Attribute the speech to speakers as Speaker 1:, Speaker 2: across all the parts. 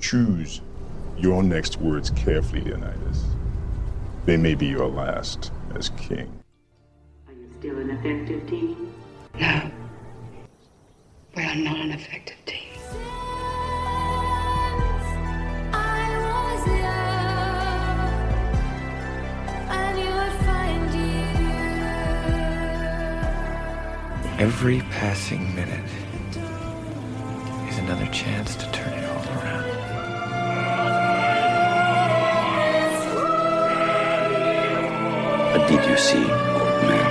Speaker 1: Choose your next words carefully, Leonidas. They may be your last as king.
Speaker 2: Are you still an effective team?
Speaker 3: No. We are not an effective team.
Speaker 4: Every passing minute is another chance to turn it all around.
Speaker 5: But did you see, old man?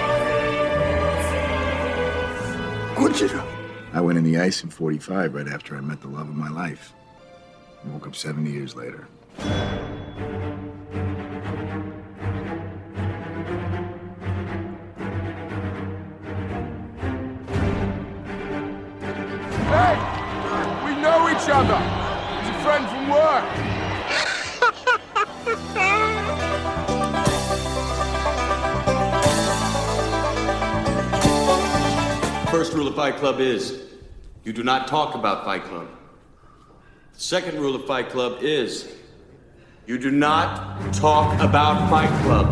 Speaker 6: Kujiro. I went in the ice in 45 right after I met the love of my life. I woke up 70 years later.
Speaker 7: Hey! We know each other! It's a friend from work!
Speaker 8: First rule of Fight Club is you do not talk about Fight Club. The second rule of Fight Club is you do not talk about Fight Club.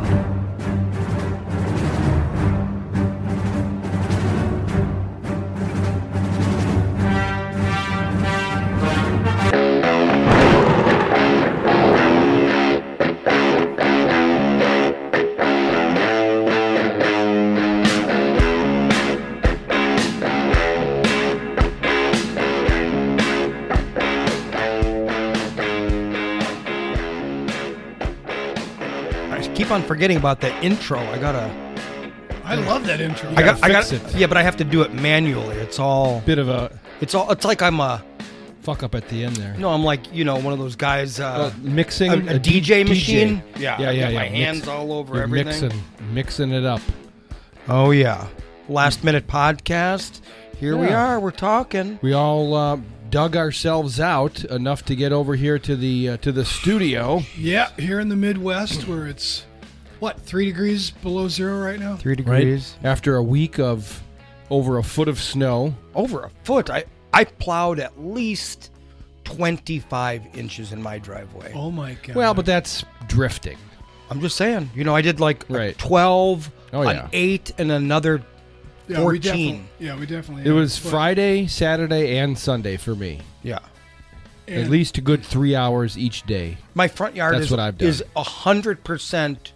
Speaker 9: I just keep on forgetting about that intro. I gotta.
Speaker 10: I love that intro.
Speaker 9: I got. I
Speaker 11: fix
Speaker 9: got.
Speaker 11: it.
Speaker 9: Yeah, but I have to do it manually. It's all.
Speaker 11: Bit of a
Speaker 9: It's all. It's like I'm a.
Speaker 11: fuck up at the end there.
Speaker 9: No, I'm like you know one of those guys.
Speaker 11: Uh,
Speaker 9: Uh,
Speaker 11: mixing
Speaker 9: a- a DJ machine? Yeah,
Speaker 11: Yeah, yeah,
Speaker 9: I
Speaker 11: yeah.
Speaker 9: got my
Speaker 11: mix-
Speaker 9: hands all over
Speaker 11: you're
Speaker 9: everything.
Speaker 11: Mixing, mixing it up.
Speaker 9: oh yeah, last minute podcast. Here we
Speaker 11: Yeah.
Speaker 9: are. We're talking.
Speaker 11: We all uh, dug ourselves out enough to get over here to the uh, to the studio.
Speaker 10: Yeah, here in the Midwest where it's what, three degrees below zero right now?
Speaker 9: Three
Speaker 11: after a week of over a foot of snow.
Speaker 10: Oh,
Speaker 9: over a foot. I I plowed at least twenty five inches in my driveway.
Speaker 10: Oh my god.
Speaker 11: Well, but that's drifting.
Speaker 9: I'm just saying. You know, I did like a
Speaker 11: Right.
Speaker 9: twelve,
Speaker 11: Oh,
Speaker 9: an
Speaker 11: yeah.
Speaker 9: eight, and another.
Speaker 10: yeah,
Speaker 9: 14.
Speaker 10: We definitely, yeah, we definitely
Speaker 11: It was
Speaker 10: but-
Speaker 11: Friday, Saturday, and Sunday for me.
Speaker 9: Yeah.
Speaker 10: and-
Speaker 11: At least a good three hours each day.
Speaker 9: My front yard
Speaker 11: That's
Speaker 9: is
Speaker 11: what I've done.
Speaker 9: is hundred percent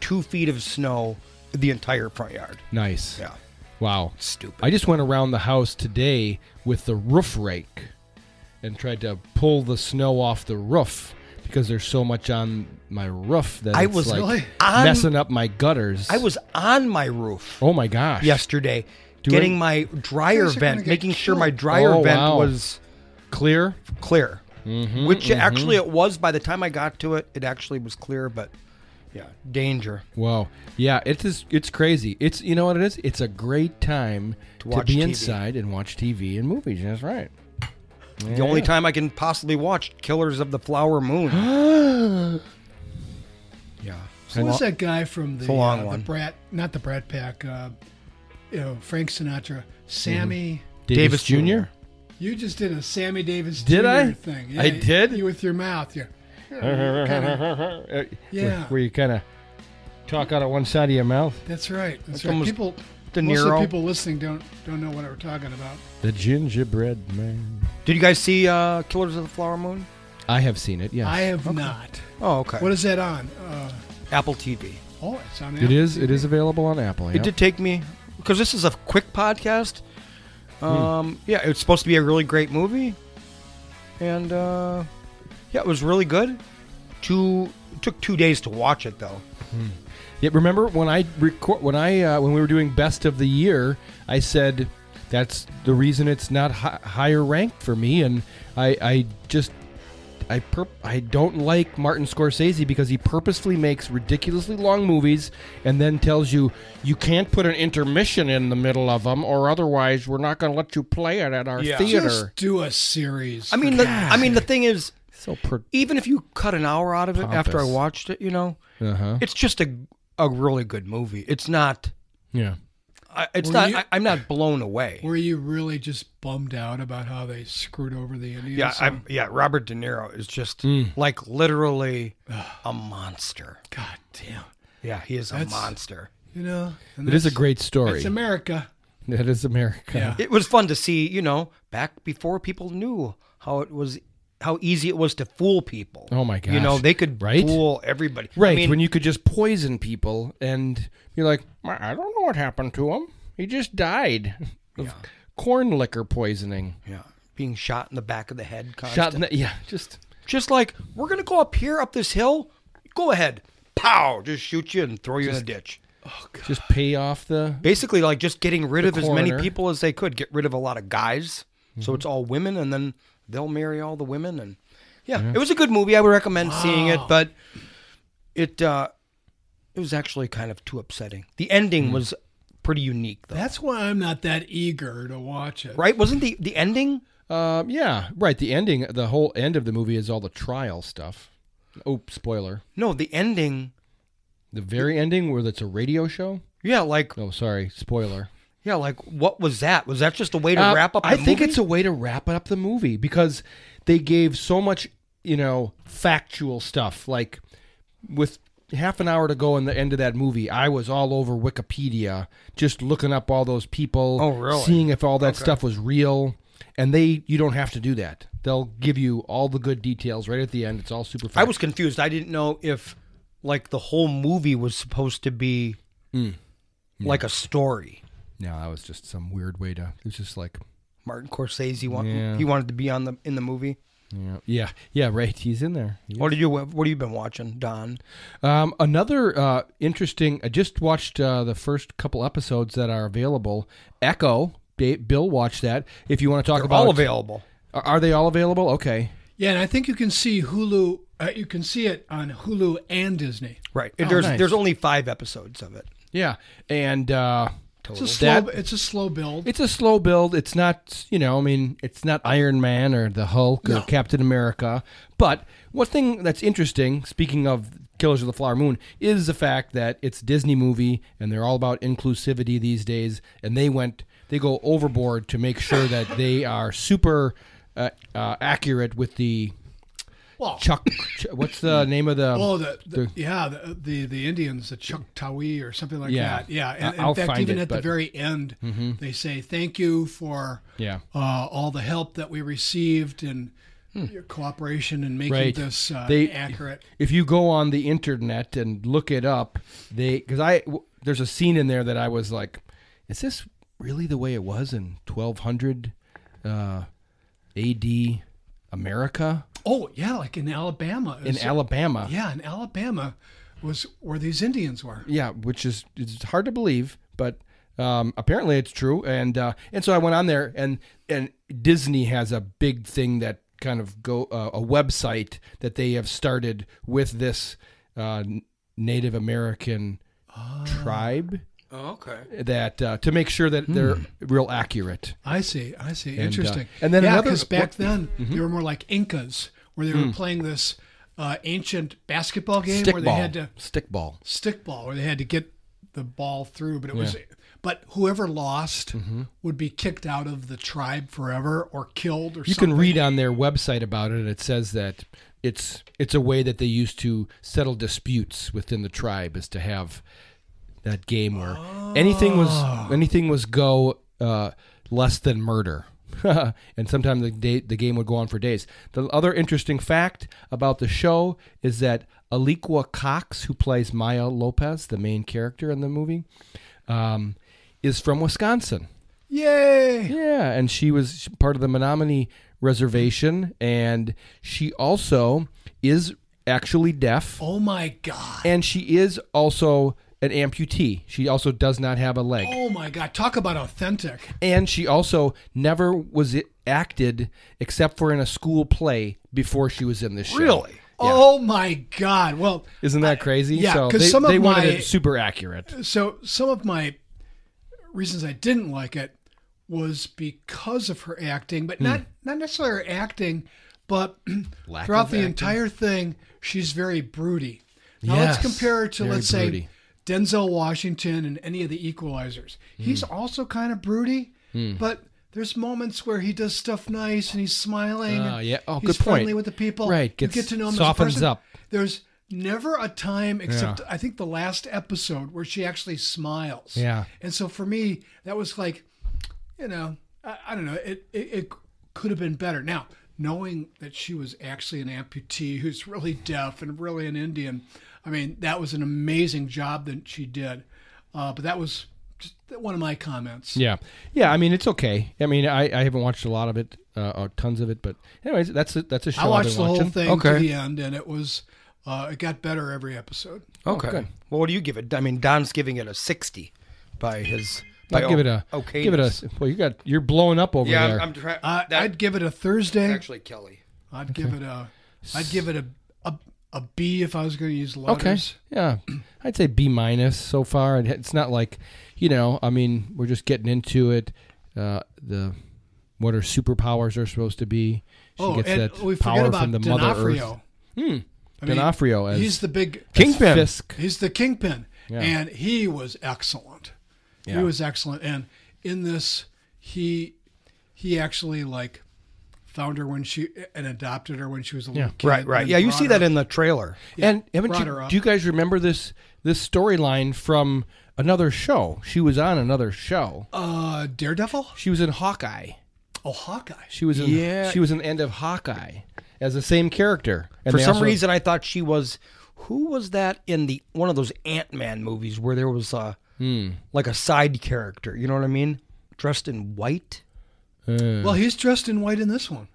Speaker 9: two feet of snow. The entire front yard.
Speaker 11: Nice.
Speaker 9: Yeah.
Speaker 11: Wow.
Speaker 9: Stupid.
Speaker 11: I just went around the house today with the roof rake and tried to pull the snow off the roof because there's so much on my roof that
Speaker 9: I
Speaker 11: it's
Speaker 9: was
Speaker 11: like
Speaker 9: really- on-
Speaker 11: messing up my gutters.
Speaker 9: I was on my roof
Speaker 11: Oh my gosh.
Speaker 9: yesterday,
Speaker 11: Do
Speaker 9: getting
Speaker 11: it.
Speaker 9: my dryer
Speaker 10: Guys are gonna
Speaker 9: vent,
Speaker 10: get
Speaker 9: making sure my
Speaker 10: killed.
Speaker 9: dryer
Speaker 11: Oh,
Speaker 9: vent
Speaker 11: wow. Mm-hmm,
Speaker 9: was
Speaker 11: Clear.
Speaker 9: clear. Which actually it was. By the time I got to it, it actually was clear. But yeah, danger.
Speaker 11: Wow. Yeah, it is it's crazy. It's you know what it is? It's a great time to,
Speaker 9: watch
Speaker 11: be
Speaker 9: TV.
Speaker 11: inside and watch TV and movies. That's right.
Speaker 9: The only time I can possibly watch Killers of the Flower Moon. yeah.
Speaker 10: So what's that guy from the,
Speaker 9: a long
Speaker 10: uh, the
Speaker 9: one.
Speaker 10: Brat not the Brat Pack, uh, you know, Frank Sinatra. Sammy
Speaker 9: Davis
Speaker 11: Mm-hmm. Davis, Jr.
Speaker 10: you just did a Sammy Davis
Speaker 11: Did
Speaker 10: Jr.
Speaker 11: I?
Speaker 10: thing.
Speaker 11: I did?
Speaker 10: You with your mouth, yeah.
Speaker 11: Uh,
Speaker 10: Yeah.
Speaker 11: Where, where you kind of talk out of one side of your mouth.
Speaker 10: That's right. That's,
Speaker 9: That's
Speaker 10: right.
Speaker 9: almost
Speaker 10: People
Speaker 9: De
Speaker 10: most of the
Speaker 9: Niro.
Speaker 10: people listening don't don't know what we're talking about.
Speaker 11: The gingerbread man.
Speaker 9: Did you guys see uh, Killers of the Flower Moon?
Speaker 11: I have seen it. Yes,
Speaker 10: I have not.
Speaker 9: Oh, okay.
Speaker 10: What is that on? Uh,
Speaker 9: Apple TV?
Speaker 10: oh, it's on.
Speaker 11: It
Speaker 10: Apple
Speaker 11: is. It
Speaker 10: TV.
Speaker 11: is available on Apple.
Speaker 9: It
Speaker 11: yep.
Speaker 9: did take me because this is a quick podcast. Um, Yeah, it's supposed to be a really great movie, and uh, yeah, it was really good. Two it took two days to watch it though.
Speaker 11: Yeah, remember when I record when I uh, when we were doing best of the year, I said that's the reason it's not hi- higher ranked for me, and I I just. I perp- I don't like Martin Scorsese because he purposefully makes ridiculously long movies and then tells you you can't put an intermission in the middle of them or otherwise we're not going to let you play it at our
Speaker 9: Yeah.
Speaker 11: theater.
Speaker 10: Just do a series.
Speaker 9: I mean, the, I mean the thing is,
Speaker 11: so per-
Speaker 9: even if you cut an hour out of it after I
Speaker 11: Pompous.
Speaker 9: watched it, you know,
Speaker 11: uh-huh.
Speaker 9: it's just a a really good movie. It's not
Speaker 11: Yeah.
Speaker 9: I, it's
Speaker 10: Were
Speaker 9: not.
Speaker 10: you-
Speaker 9: I, I'm not blown away.
Speaker 10: Were you really just bummed out about how they screwed over the Indians?
Speaker 9: Yeah, I'm,
Speaker 10: And-
Speaker 9: yeah. Robert De Niro is just
Speaker 11: Mm.
Speaker 9: like literally a monster.
Speaker 10: God damn.
Speaker 9: Yeah, he is a
Speaker 10: That's-
Speaker 9: monster.
Speaker 10: You know, and
Speaker 11: It is a
Speaker 10: that's-
Speaker 11: great story.
Speaker 10: It's America.
Speaker 11: That is America.
Speaker 10: Yeah.
Speaker 9: It was fun to see. You know, back before people knew how it was, how easy it was to fool people.
Speaker 11: Oh my
Speaker 9: You know,
Speaker 11: gosh.
Speaker 9: they could
Speaker 11: Right?
Speaker 9: fool everybody.
Speaker 11: Right,
Speaker 9: I mean,
Speaker 11: when you could just poison people and you're like, I I don't know what happened to him. He just died of corn liquor poisoning.
Speaker 9: yeah, being shot in the back of the head. Constant.
Speaker 11: Shot in the, yeah, just
Speaker 9: Just like we're gonna go up here, up this hill. Go ahead, pow! Just shoot you and throw you in a ditch.
Speaker 11: just pay off the
Speaker 9: Basically, like just getting rid of as many
Speaker 11: coroner. Mm-hmm.
Speaker 9: people as they could. Get rid of a lot of guys, so it's all women, and then they'll marry all the women. And yeah, it was a good movie. I would recommend seeing it, but it uh, it was actually kind of too upsetting. The ending
Speaker 11: Hmm.
Speaker 9: was pretty unique, though.
Speaker 10: That's why I'm not that eager to watch it.
Speaker 9: right? Wasn't the the ending?
Speaker 11: Um, yeah, right. The ending, the whole end of the movie is all the trial stuff. Oh, spoiler.
Speaker 9: No, the ending.
Speaker 11: The very ending where it's a radio show.
Speaker 9: Yeah, like
Speaker 11: No, sorry, spoiler.
Speaker 9: yeah, like what was that? Was that just a way to
Speaker 11: Uh,
Speaker 9: wrap up?
Speaker 11: I
Speaker 9: the
Speaker 11: think
Speaker 9: movie?
Speaker 11: it's a way to wrap up the movie because they gave so much, you know, factual stuff. Like with half an hour to go in the end of that movie, I was all over Wikipedia just looking up all those people,
Speaker 9: Oh, really?
Speaker 11: seeing if all that stuff was real. And they, you don't have to do that. They'll give you all the good details right at the end. It's all super.
Speaker 9: I was confused. I didn't know if like the whole movie was supposed to be
Speaker 11: Hmm.
Speaker 9: like a story.
Speaker 11: No, that was just some weird way to. It was just like,
Speaker 9: Martin Scorsese want,
Speaker 11: Yeah.
Speaker 9: he wanted to be on the in the movie.
Speaker 11: you know, yeah, yeah, right. He's in there. He is.
Speaker 9: What did you what have you been watching, Don?
Speaker 11: Um, another uh, interesting. I just watched uh, the first couple episodes that are available. Echo. Ba- Bill watched that. If you want to talk
Speaker 9: They're
Speaker 11: about,
Speaker 9: all available.
Speaker 11: Are, are they all available? Okay.
Speaker 10: Yeah, and I think you can see Hulu. Uh, you can see it on Hulu and Disney.
Speaker 9: Right. there's
Speaker 11: Oh, nice.
Speaker 9: there's only 5 episodes of it.
Speaker 11: Yeah, and uh,
Speaker 10: It's a slow.
Speaker 11: That-
Speaker 10: it's a slow build.
Speaker 11: it's a slow build. It's not, you know, I mean, it's not Iron Man or the Hulk or Captain America. But one thing that's interesting, speaking of Killers of the Flower Moon, is the fact that it's a Disney movie and they're all about inclusivity these days, and they went, they go overboard to make sure that they are super uh, uh, accurate with the
Speaker 10: well,
Speaker 11: Chuck. Ch- what's the name of the?
Speaker 10: Oh, the, the,
Speaker 11: the-
Speaker 10: yeah, the, the the Indians, the Choctawi or something like
Speaker 11: Yeah.
Speaker 10: that. Yeah,
Speaker 11: I-
Speaker 10: and, in
Speaker 11: I'll
Speaker 10: fact,
Speaker 11: find
Speaker 10: even
Speaker 11: it,
Speaker 10: at the
Speaker 11: but- Mm-hmm.
Speaker 10: very end, they say thank you for
Speaker 11: Yeah.
Speaker 10: uh, all the help that we received and your cooperation in making
Speaker 11: Hmm. Right.
Speaker 10: this uh,
Speaker 11: They-
Speaker 10: accurate.
Speaker 11: if you go on the internet and look it up, they because I w- there's a scene in there that I was like, is this really the way it was in 1200 uh, A.D. America
Speaker 10: Oh yeah, like in Alabama.
Speaker 11: in
Speaker 10: It's-
Speaker 11: Alabama?
Speaker 10: yeah, in Alabama was where these Indians were.
Speaker 11: Yeah, which is it's hard to believe, but um, apparently it's true. And uh, and so I went on there, and and Disney has a big thing that kind of go uh, a website that they have started with this uh, Native American tribe
Speaker 9: Oh, okay.
Speaker 11: that uh, to make sure that they're real accurate.
Speaker 10: Hmm. I see. I see.
Speaker 11: uh,
Speaker 10: Interesting.
Speaker 11: and then
Speaker 10: yeah,
Speaker 11: another-
Speaker 10: because back
Speaker 11: what- Mm-hmm. Hmm.
Speaker 10: then they were more like Incas, where they were playing this uh, ancient basketball game where they had
Speaker 11: Stickball,
Speaker 10: to
Speaker 11: stickball.
Speaker 10: stickball, where they had to get the ball through. But it was, but whoever lost
Speaker 11: Mm-hmm.
Speaker 10: would be kicked out of the tribe forever or killed or
Speaker 11: You
Speaker 10: something.
Speaker 11: can read on their website about it. and It says that it's it's a way that they used to settle disputes within the tribe is to have that game where anything
Speaker 10: Oh.
Speaker 11: was anything was go uh, less than murder. and sometimes the day, the game would go on for days. The other interesting fact about the show is that Aliqua Cox, who plays Maya Lopez, the main character in the movie, um, is from Wisconsin.
Speaker 10: Yay!
Speaker 11: Yeah, and she was part of the Menominee Reservation, and she also is actually deaf,
Speaker 10: Oh my god!
Speaker 11: and she is also an amputee. She also does not have a leg,
Speaker 10: Oh my god! Talk about authentic.
Speaker 11: and she also never was i- acted except for in a school play before she was in this show.
Speaker 9: Really?
Speaker 10: Oh my god! Well,
Speaker 11: Isn't that crazy?
Speaker 10: yeah,
Speaker 11: so
Speaker 10: 'cause
Speaker 11: they,
Speaker 10: some of
Speaker 11: they wanted
Speaker 10: my-
Speaker 11: it super accurate.
Speaker 10: so some of my reasons I didn't like it was because of her acting,
Speaker 11: Hmm.
Speaker 10: but not not necessarily her acting, but
Speaker 11: Lack
Speaker 10: throughout
Speaker 11: of
Speaker 10: the
Speaker 11: acting.
Speaker 10: entire thing, she's very broody. Now
Speaker 11: Yes,
Speaker 10: let's compare her to
Speaker 11: very
Speaker 10: let's
Speaker 11: broody.
Speaker 10: say Denzel Washington in any of the equalizers. He's also kind of broody,
Speaker 11: Hmm.
Speaker 10: but there's moments where he does stuff nice and he's smiling.
Speaker 11: Ah,
Speaker 10: and
Speaker 11: yeah. Oh,
Speaker 10: he's
Speaker 11: good point.
Speaker 10: friendly with the people.
Speaker 11: Right,
Speaker 10: You
Speaker 11: gets-
Speaker 10: get to know him
Speaker 11: softens
Speaker 10: as a person.
Speaker 11: up.
Speaker 10: There's never a time except
Speaker 11: Yeah.
Speaker 10: I think the last episode where she actually smiles.
Speaker 11: Yeah.
Speaker 10: And so for me, that was like, you know, I, I don't know. It, it it could have been better. Now knowing that she was actually an amputee who's really deaf and really an Indian, I mean that was an amazing job that she did. Uh, but that was just one of my comments.
Speaker 11: Yeah, yeah. I mean, it's okay. I mean, I, I haven't watched a lot of it, uh, or tons of it, but anyways, that's a, that's a show.
Speaker 10: I
Speaker 11: I've
Speaker 10: watched
Speaker 11: been
Speaker 10: the whole
Speaker 11: watching.
Speaker 10: thing
Speaker 11: Okay.
Speaker 10: to the end, and it was uh, it got better every episode.
Speaker 9: Okay.
Speaker 11: good.
Speaker 9: Well, what do you give it? I mean, Don's giving it a 60 by his. By
Speaker 11: I'll give it a
Speaker 9: okay.
Speaker 11: Give it a. Well, you got you're blowing up over
Speaker 9: Yeah, I'm-
Speaker 11: there.
Speaker 9: I'm trying.
Speaker 10: I, Uh, I'd give it a Thursday.
Speaker 9: Actually, Kelly.
Speaker 10: I'd give it a I'd give it a a, a B if I was going to use
Speaker 11: okay.
Speaker 10: letters.
Speaker 11: Yeah, I'd say B minus so far. It- It's not like, you know, I mean, we're just getting into it. Uh, the what her superpowers are supposed to be. She
Speaker 10: Oh,
Speaker 11: gets
Speaker 10: and
Speaker 11: that
Speaker 10: we forget
Speaker 11: power
Speaker 10: about
Speaker 11: from the
Speaker 10: D'Onofrio.
Speaker 11: mother earth. Hmm.
Speaker 10: I mean,
Speaker 11: D'Onofrio as
Speaker 10: he's the big
Speaker 11: Kingpin. Fisk.
Speaker 10: He's the kingpin,
Speaker 11: Yeah.
Speaker 10: and he was excellent.
Speaker 11: Yeah.
Speaker 10: He was excellent, and in this, he he actually like found her when she and adopted her when she was a little
Speaker 11: Yeah.
Speaker 10: kid.
Speaker 9: Right, right.
Speaker 10: and
Speaker 9: Yeah, you
Speaker 10: brought
Speaker 9: see
Speaker 10: her
Speaker 9: that
Speaker 10: up.
Speaker 9: in the trailer.
Speaker 11: and haven't
Speaker 10: brought
Speaker 11: you,
Speaker 10: her up.
Speaker 11: do you guys remember this this storyline from another show? She was on another show.
Speaker 10: uh, Daredevil.
Speaker 11: She was in Hawkeye.
Speaker 10: Oh, Hawkeye.
Speaker 11: She was in
Speaker 9: Yeah.
Speaker 11: she was in the end of Hawkeye as the same character. And
Speaker 9: For
Speaker 11: they
Speaker 9: some
Speaker 11: also-
Speaker 9: reason, I thought she was. Who was that in the one of those Ant Man movies where there was a
Speaker 11: Hmm.
Speaker 9: like a side character? You know what I mean? Dressed in white.
Speaker 10: Well, he's dressed in white in this one,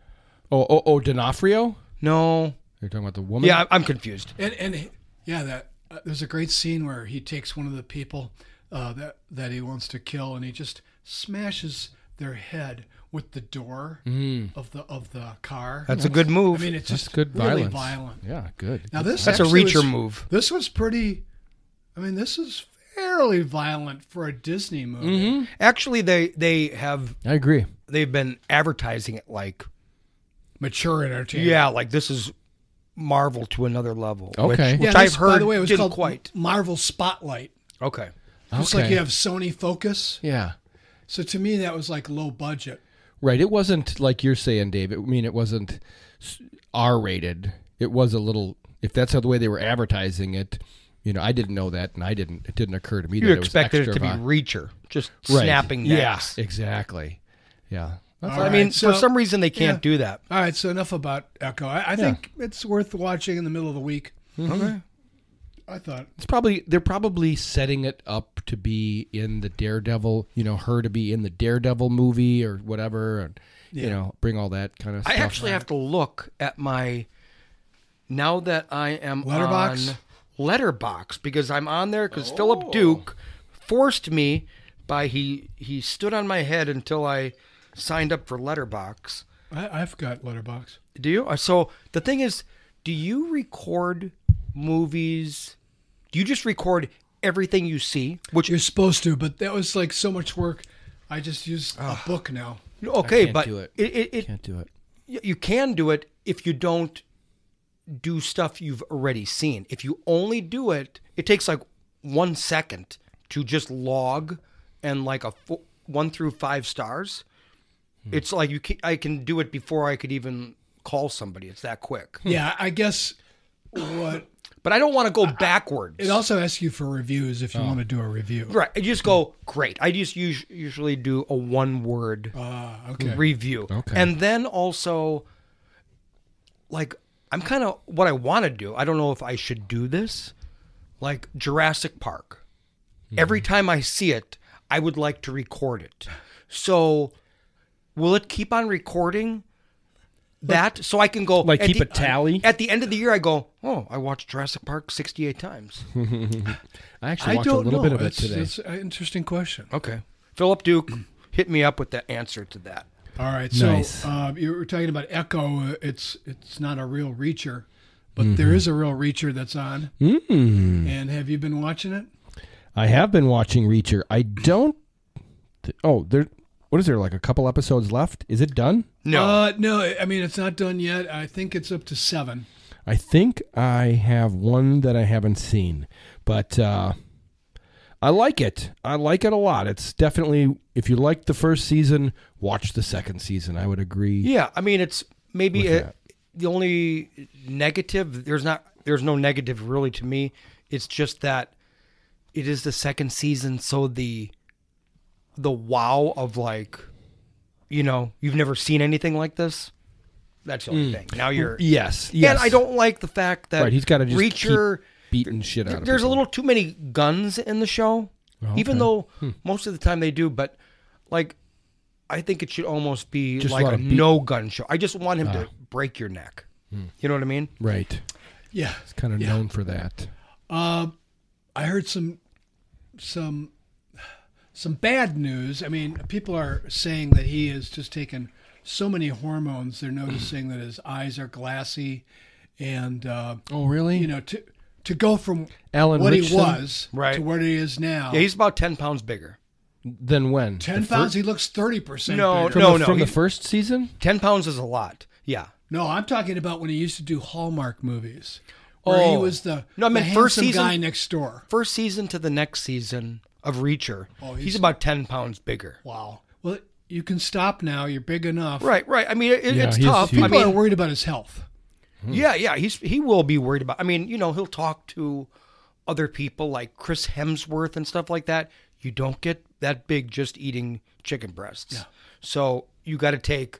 Speaker 11: oh oh oh D'Onofrio.
Speaker 9: No.
Speaker 11: You're talking about the woman.
Speaker 9: Yeah, I- I'm confused.
Speaker 10: and and he- yeah, that uh, there's a great scene where he takes one of the people uh, that that he wants to kill, and he just smashes their head with the door
Speaker 11: Mm.
Speaker 10: of the of the car.
Speaker 9: That's a good move.
Speaker 10: I mean, it's
Speaker 11: That's
Speaker 10: just
Speaker 11: good
Speaker 10: really
Speaker 11: violence.
Speaker 10: violent.
Speaker 11: Yeah, good.
Speaker 10: Now
Speaker 11: Good.
Speaker 10: this
Speaker 9: That's a
Speaker 10: actually
Speaker 9: reacher
Speaker 10: was-
Speaker 9: move.
Speaker 10: This was pretty. I mean, this is fairly violent for a Disney movie.
Speaker 9: Actually, they they have
Speaker 11: I agree.
Speaker 9: they've been advertising it like
Speaker 10: Mature entertainment.
Speaker 9: yeah, like this is Marvel to another level. which-
Speaker 11: Okay.
Speaker 9: which,
Speaker 10: Yeah,
Speaker 9: I've
Speaker 10: this,
Speaker 9: heard.
Speaker 10: By the way, it was
Speaker 9: didn't
Speaker 10: called
Speaker 9: quite
Speaker 10: Marvel Spotlight.
Speaker 9: okay.
Speaker 10: It's like you have Sony Focus.
Speaker 11: Yeah.
Speaker 10: So to me, that was like low budget.
Speaker 11: Right. It wasn't like you're saying, Dave. I mean, it wasn't R rated. It was a little. If that's how the way they were advertising it, you know, I didn't know that, and I didn't. It didn't occur to me.
Speaker 9: You
Speaker 11: that
Speaker 9: expected
Speaker 11: it,
Speaker 9: it
Speaker 11: was
Speaker 9: to be
Speaker 11: extra vi-
Speaker 9: Reacher, just
Speaker 11: Right.
Speaker 9: snapping necks.
Speaker 11: Yeah. Exactly. Yeah. That's
Speaker 10: All
Speaker 9: I
Speaker 10: right,
Speaker 9: mean,
Speaker 10: so-
Speaker 9: for some reason they can't
Speaker 10: yeah.
Speaker 9: do that.
Speaker 10: All right, so enough about Echo. I, I think it's worth watching in the middle of the week.
Speaker 9: Okay.
Speaker 10: I thought.
Speaker 11: It's probably they're probably setting it up to be in the Daredevil, you know, her to be in the Daredevil movie or whatever, and you know, bring all that kind of.
Speaker 9: I
Speaker 11: stuff.
Speaker 9: actually have to look at my now that I am
Speaker 10: Letterbox?
Speaker 9: on Letterbox because I'm on there because
Speaker 11: Oh.
Speaker 9: Philip Duke forced me by he he stood on my head until I signed up for Letterbox.
Speaker 10: I, I've got Letterbox.
Speaker 9: Do you? Uh, So the thing is, do you record movies? Do you just record everything you see? Which
Speaker 10: You're supposed to, but that was like so much work. I just use a book now.
Speaker 9: okay,
Speaker 11: can't
Speaker 9: but
Speaker 11: do it.
Speaker 9: It, it, it
Speaker 11: Ah. can't do it.
Speaker 9: y- you can do it if you don't do stuff you've already seen. If you only do it, it takes like one second to just log and like a fo- one through five stars. It's like you can, I can do it before I could even call somebody. It's that quick.
Speaker 10: Yeah, I guess what
Speaker 9: But I don't want to go backwards.
Speaker 10: it also asks you for reviews if you
Speaker 11: Oh.
Speaker 10: want to do a review.
Speaker 9: right. I just go great. I just us- usually do a one word
Speaker 10: Ah, okay.
Speaker 9: review.
Speaker 11: Okay.
Speaker 9: And then also, like, I'm kind of what I want to do. I don't know if I should do this. Like Jurassic Park.
Speaker 11: Mm-hmm.
Speaker 9: Every time I see it, I would like to record it. So, will it keep on recording? That so I can go
Speaker 11: Like,
Speaker 9: at
Speaker 11: keep
Speaker 9: the-
Speaker 11: a tally?
Speaker 9: at the end of the year. I go, oh, I watched Jurassic Park sixty eight times.
Speaker 11: I actually
Speaker 10: I
Speaker 11: watched a
Speaker 10: don't
Speaker 11: little
Speaker 10: know.
Speaker 11: bit of it
Speaker 10: it's,
Speaker 11: today.
Speaker 10: It's an interesting
Speaker 11: Hmm.
Speaker 10: question.
Speaker 9: Okay, Philip Duke, hit me up with the answer to that.
Speaker 10: All right. So
Speaker 11: Nice.
Speaker 10: uh, you were talking about Echo. uh, It's it's not a real reacher, but there is a real reacher that's on. And have you been watching it?
Speaker 11: I have been watching Reacher. I don't. th- Oh, there. What is there? Like a couple episodes left? Is it done?
Speaker 9: No,
Speaker 10: Uh, no. I mean, it's not done yet. I think it's up to seven.
Speaker 11: I think I have one that I haven't seen, but uh, I like it. I like it a lot. It's definitely if you liked the first season, watch the second season. I would agree.
Speaker 9: Yeah, I mean, it's maybe
Speaker 11: With
Speaker 9: uh
Speaker 11: that.
Speaker 9: the only negative. There's not. There's no negative really to me. It's just that it is the second season, so the the wow of like, you know, you've never seen anything like this. That's the only thing. Now you're
Speaker 11: Yes, Mm. yes.
Speaker 9: And I don't like the fact that
Speaker 11: Right, he's got to just
Speaker 9: Reacher.
Speaker 11: keep beating shit out of
Speaker 9: there's a
Speaker 11: people.
Speaker 9: little too many guns in the show,
Speaker 11: Oh,
Speaker 9: even
Speaker 11: okay.
Speaker 9: though most of the time they do. But like, I think it should almost be
Speaker 11: Just a
Speaker 9: like
Speaker 11: lot
Speaker 9: a
Speaker 11: of beat-
Speaker 9: no gun show. I just want him
Speaker 11: Ah.
Speaker 9: to break your neck.
Speaker 11: Hmm.
Speaker 9: You know what I mean?
Speaker 11: right.
Speaker 10: Yeah.
Speaker 11: It's kind of known for that.
Speaker 10: Um, I heard some, some, some bad news. I mean, people are saying that he has just taken so many hormones. They're noticing that his eyes are glassy, and uh,
Speaker 11: Oh, really?
Speaker 10: you know, to to go from
Speaker 11: Alan
Speaker 10: what he
Speaker 11: Richson?
Speaker 10: was
Speaker 9: Right.
Speaker 10: to what he is now.
Speaker 9: Yeah, he's about ten pounds bigger.
Speaker 11: Then when?
Speaker 10: ten
Speaker 11: The fir-
Speaker 10: pounds. he looks thirty percent.
Speaker 9: No,
Speaker 10: bigger.
Speaker 11: from
Speaker 9: no,
Speaker 11: the,
Speaker 9: no.
Speaker 11: From the
Speaker 9: he-
Speaker 11: first season?
Speaker 9: Ten pounds is a lot. Yeah.
Speaker 10: no. I'm talking about when he used to do Hallmark movies, where he
Speaker 9: Oh.
Speaker 10: was the
Speaker 9: No, I
Speaker 10: the
Speaker 9: meant first
Speaker 10: handsome
Speaker 9: season-
Speaker 10: guy next door.
Speaker 9: First season to the next season of Reacher,
Speaker 10: Oh,
Speaker 9: he's,
Speaker 10: he's-
Speaker 9: about ten pounds bigger.
Speaker 10: Wow. Well, you can stop now. You're big enough.
Speaker 9: Right, right. I mean, it,
Speaker 11: Yeah,
Speaker 9: it's
Speaker 11: he's
Speaker 9: tough.
Speaker 11: huge.
Speaker 9: I
Speaker 10: People
Speaker 9: mean,
Speaker 10: are worried about his health.
Speaker 9: Yeah, yeah, he's he will be worried about. I mean, you know, he'll talk to other people like Chris Hemsworth and stuff like that. You don't get that big just eating chicken breasts. So you got to take,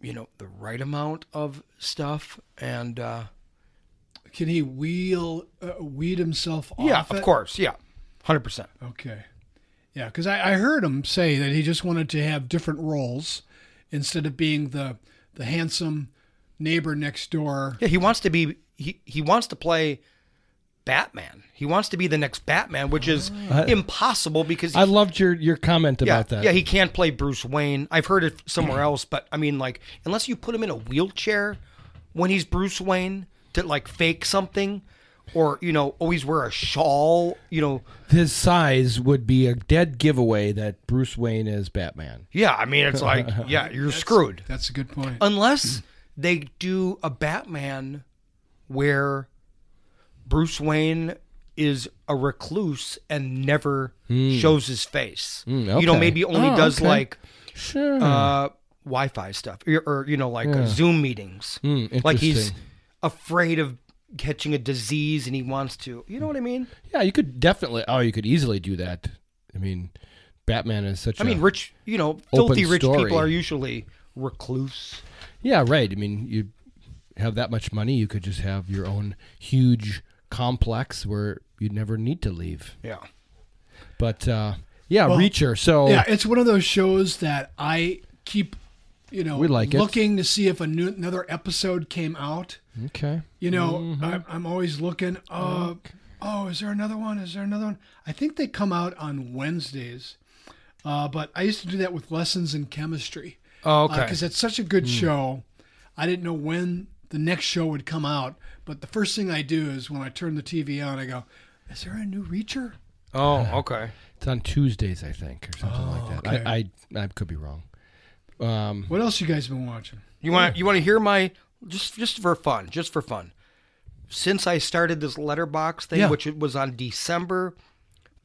Speaker 9: you know, the right amount of stuff, and uh,
Speaker 10: Can he wheel uh, weed himself off?
Speaker 9: yeah, of
Speaker 10: it?
Speaker 9: course, yeah, hundred percent.
Speaker 10: Okay, yeah, because I, I heard him say that he just wanted to have different roles instead of being the the handsome neighbor next door.
Speaker 9: Yeah, he wants to be he he wants to play Batman. He wants to be the next Batman, which is impossible because
Speaker 11: I loved your your comment
Speaker 9: yeah,
Speaker 11: about that.
Speaker 9: Yeah, he can't play Bruce Wayne. I've heard it somewhere else, but I mean, like, unless you put him in a wheelchair when he's Bruce Wayne to like fake something, or you know, always wear a shawl. You know,
Speaker 11: His size would be a dead giveaway that Bruce Wayne is Batman.
Speaker 9: yeah. I mean, it's like, yeah, you're screwed
Speaker 10: That's a good point.
Speaker 9: unless they do a Batman where Bruce Wayne is a recluse and never shows his face. You know,
Speaker 11: Hmm. okay.
Speaker 9: maybe only
Speaker 11: Oh,
Speaker 9: does
Speaker 11: okay.
Speaker 9: like
Speaker 11: Sure.
Speaker 9: uh, Wi-Fi stuff, or, or, you know, like uh, Zoom meetings. like he's
Speaker 11: Hmm, interesting.
Speaker 9: afraid of catching a disease, and he wants to. You know what I mean?
Speaker 11: yeah, you could definitely. Oh, you could easily do that. I mean, Batman is such.
Speaker 9: I mean,
Speaker 11: a-
Speaker 9: rich, you know,
Speaker 11: Open
Speaker 9: filthy rich
Speaker 11: story.
Speaker 9: people are usually recluse.
Speaker 11: Yeah, right. I mean, you have that much money, you could just have your own huge complex where you never need to leave.
Speaker 9: Yeah.
Speaker 11: But uh, yeah, Reacher. So
Speaker 10: Yeah, it's one of those shows that I keep, you know,
Speaker 11: We like it.
Speaker 10: looking to see if a new, another episode came out.
Speaker 11: okay. Mm-hmm.
Speaker 10: You know, I'm, I'm always looking. Uh, oh, is there another one? Is there another one? I think they come out on Wednesdays. Uh, but I used to do that with lessons in chemistry.
Speaker 9: Oh, okay.
Speaker 10: Because it's such a good
Speaker 6: Hmm.
Speaker 10: show. I didn't know when the next show would come out. But the first thing I do is when I turn the TV on, I go, "Is there a new Reacher?"
Speaker 9: Oh, okay.
Speaker 11: It's on Tuesdays, I think, or something like that. I, I I could be wrong. Um,
Speaker 10: Oh, What else you guys been watching?
Speaker 9: You want you want to hear my just just for fun, just for fun. Since I started this letterbox thing,
Speaker 11: Yeah.
Speaker 9: which it was on December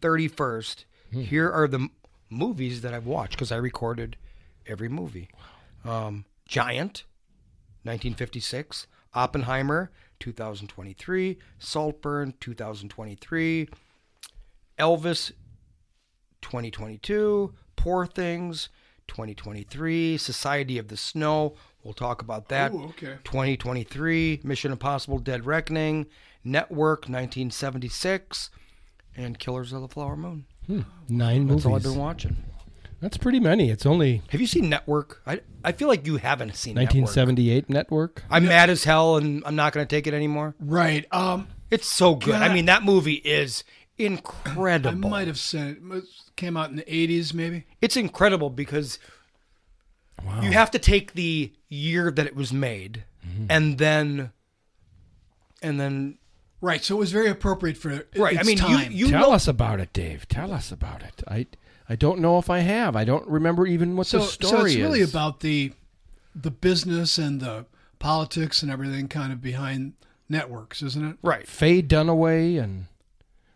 Speaker 9: thirty first, here are the m- movies that I've watched because I recorded every movie. Um, Giant, nineteen fifty six. Oppenheimer, two thousand twenty three. Saltburn, two thousand twenty three. Elvis, 2022, Poor Things, 2023, Society of the Snow. We'll talk about that.
Speaker 10: Ooh, okay.
Speaker 9: 2023, Mission Impossible: Dead Reckoning, Network, 1976, and Killers of the Flower Moon.
Speaker 11: nine
Speaker 9: That's all I've
Speaker 11: movies.
Speaker 9: been watching.
Speaker 11: That's pretty many. It's only
Speaker 9: Have you seen Network? I I feel like you haven't seen Network.
Speaker 11: 1978 network.
Speaker 9: I'm mad as hell, and I'm not going to take it anymore.
Speaker 10: Right. Um,
Speaker 9: It's so good. I
Speaker 10: God.
Speaker 9: mean, that movie is
Speaker 10: I
Speaker 9: incredible.
Speaker 10: might have said it came out in the '80s, maybe.
Speaker 9: it's incredible because you have to take the year that it was made and then and then
Speaker 10: Right. So it was very appropriate for it-
Speaker 9: right
Speaker 10: Its
Speaker 9: i mean
Speaker 10: time.
Speaker 9: you you
Speaker 11: Tell
Speaker 9: know
Speaker 11: us about it, Dave. Tell us about it. I I don't know if I have. I don't remember even what
Speaker 10: so,
Speaker 11: the story
Speaker 10: so it's
Speaker 11: is.
Speaker 10: really about the the business and the politics and everything kind of behind networks, isn't it?
Speaker 9: right
Speaker 11: Faye Dunaway and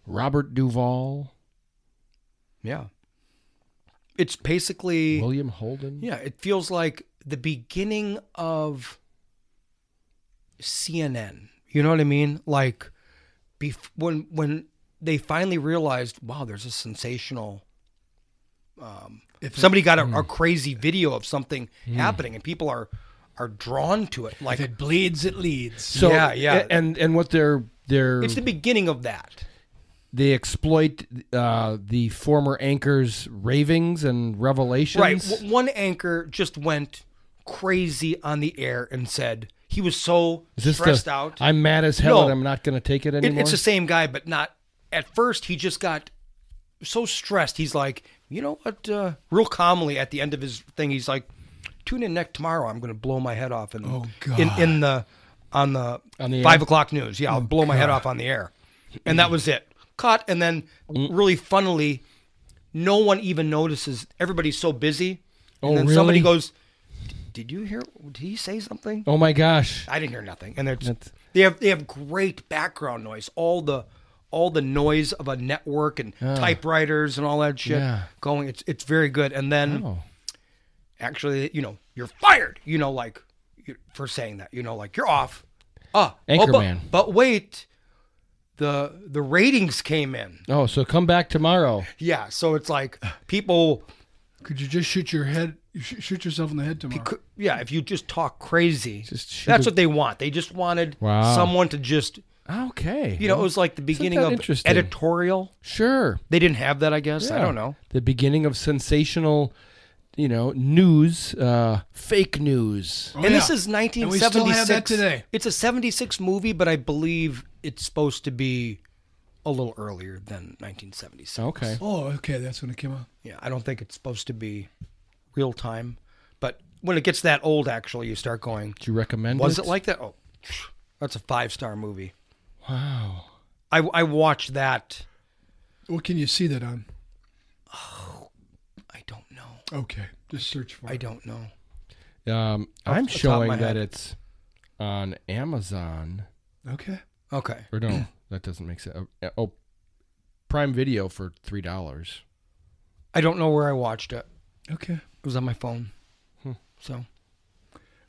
Speaker 11: Robert Duvall.
Speaker 9: Yeah. It's basically
Speaker 11: William Holden.
Speaker 9: Yeah, it feels like the beginning of CNN. You know what I mean? Like bef- when when they finally realized, wow, there's a sensational um if somebody got a, a crazy video of something happening and people are are drawn to it like
Speaker 10: If it bleeds, it leads.
Speaker 11: So
Speaker 9: Yeah, yeah.
Speaker 11: and and what they're they're
Speaker 9: it's the beginning of that.
Speaker 11: they exploit uh, the former anchor's ravings and revelations.
Speaker 9: Right. W- one anchor just went crazy on the air and said he was so
Speaker 11: Is this
Speaker 9: stressed
Speaker 11: the,
Speaker 9: out.
Speaker 11: I'm mad as hell
Speaker 9: No.
Speaker 11: and I'm not going to take it
Speaker 9: It-
Speaker 11: anymore.
Speaker 9: it's the same guy, but not. At first, he just got so stressed. He's like, you know what? Uh, real calmly at the end of his thing, he's like, tune in next tomorrow. I'm going to blow my head off in, in in the on the
Speaker 11: Oh, On the
Speaker 9: five
Speaker 11: air? Oh,
Speaker 9: o'clock news. Yeah, I'll blow my head off on the air, and that was it. Cut, and then
Speaker 11: Mm.
Speaker 9: really funnily, no one even notices. Everybody's so busy, and
Speaker 11: Oh,
Speaker 9: then somebody
Speaker 11: really?
Speaker 9: goes, "Did you hear? Did he say something?"
Speaker 11: oh my gosh.
Speaker 9: I didn't hear nothing. And there's
Speaker 11: That's-
Speaker 9: they have they have great background noise. All the all the noise of a network and typewriters and all that shit
Speaker 11: Yeah.
Speaker 9: going. It's it's very good. And then
Speaker 11: Oh.
Speaker 9: actually, you know, you're fired. You know, like you- for saying that. You know, like you're off. Ah, oh, but,
Speaker 11: Anchorman.
Speaker 9: but wait, the the ratings came in.
Speaker 11: Oh, so come back tomorrow.
Speaker 9: Yeah, so it's like people.
Speaker 10: Could you just shoot your head, sh- shoot yourself in the head tomorrow?
Speaker 9: could- yeah, if you just talk crazy,
Speaker 11: Just shoot
Speaker 9: that's
Speaker 11: a-
Speaker 9: what they want. They just wanted
Speaker 11: Wow.
Speaker 9: someone to just
Speaker 11: Okay.
Speaker 9: you know, it was like the beginning
Speaker 11: that
Speaker 9: of
Speaker 11: interesting?
Speaker 9: editorial.
Speaker 11: sure.
Speaker 9: They didn't have that, I guess. I
Speaker 11: Yeah.
Speaker 9: don't know.
Speaker 11: The beginning of sensational, you know, news, uh, fake news.
Speaker 10: Oh,
Speaker 9: and this
Speaker 10: yeah.
Speaker 9: is
Speaker 10: And
Speaker 9: 1976.
Speaker 10: we still have that today.
Speaker 9: It's a 76 movie, but I believe it's supposed to be a little earlier than 1976.
Speaker 11: Okay.
Speaker 10: Oh, okay, that's when it came out.
Speaker 9: Yeah, I don't think it's supposed to be real time, but when it gets that old, actually, you start going,
Speaker 11: Do you recommend
Speaker 9: was
Speaker 11: it?
Speaker 9: it like that? Oh, that's a five star movie.
Speaker 11: Wow.
Speaker 9: I, I watched that.
Speaker 10: What can you see that on?
Speaker 9: I don't know.
Speaker 10: Okay, just search for
Speaker 9: I
Speaker 10: it.
Speaker 9: don't know.
Speaker 11: Um,
Speaker 9: Off
Speaker 11: I'm
Speaker 9: the top of my
Speaker 11: showing that
Speaker 9: head.
Speaker 11: it's on Amazon.
Speaker 10: Okay.
Speaker 9: Okay.
Speaker 11: Or no, that doesn't make sense. Oh, oh, Prime Video for three dollars.
Speaker 9: I don't know where I watched it.
Speaker 10: Okay.
Speaker 9: It was on my phone. So
Speaker 10: Hmm. All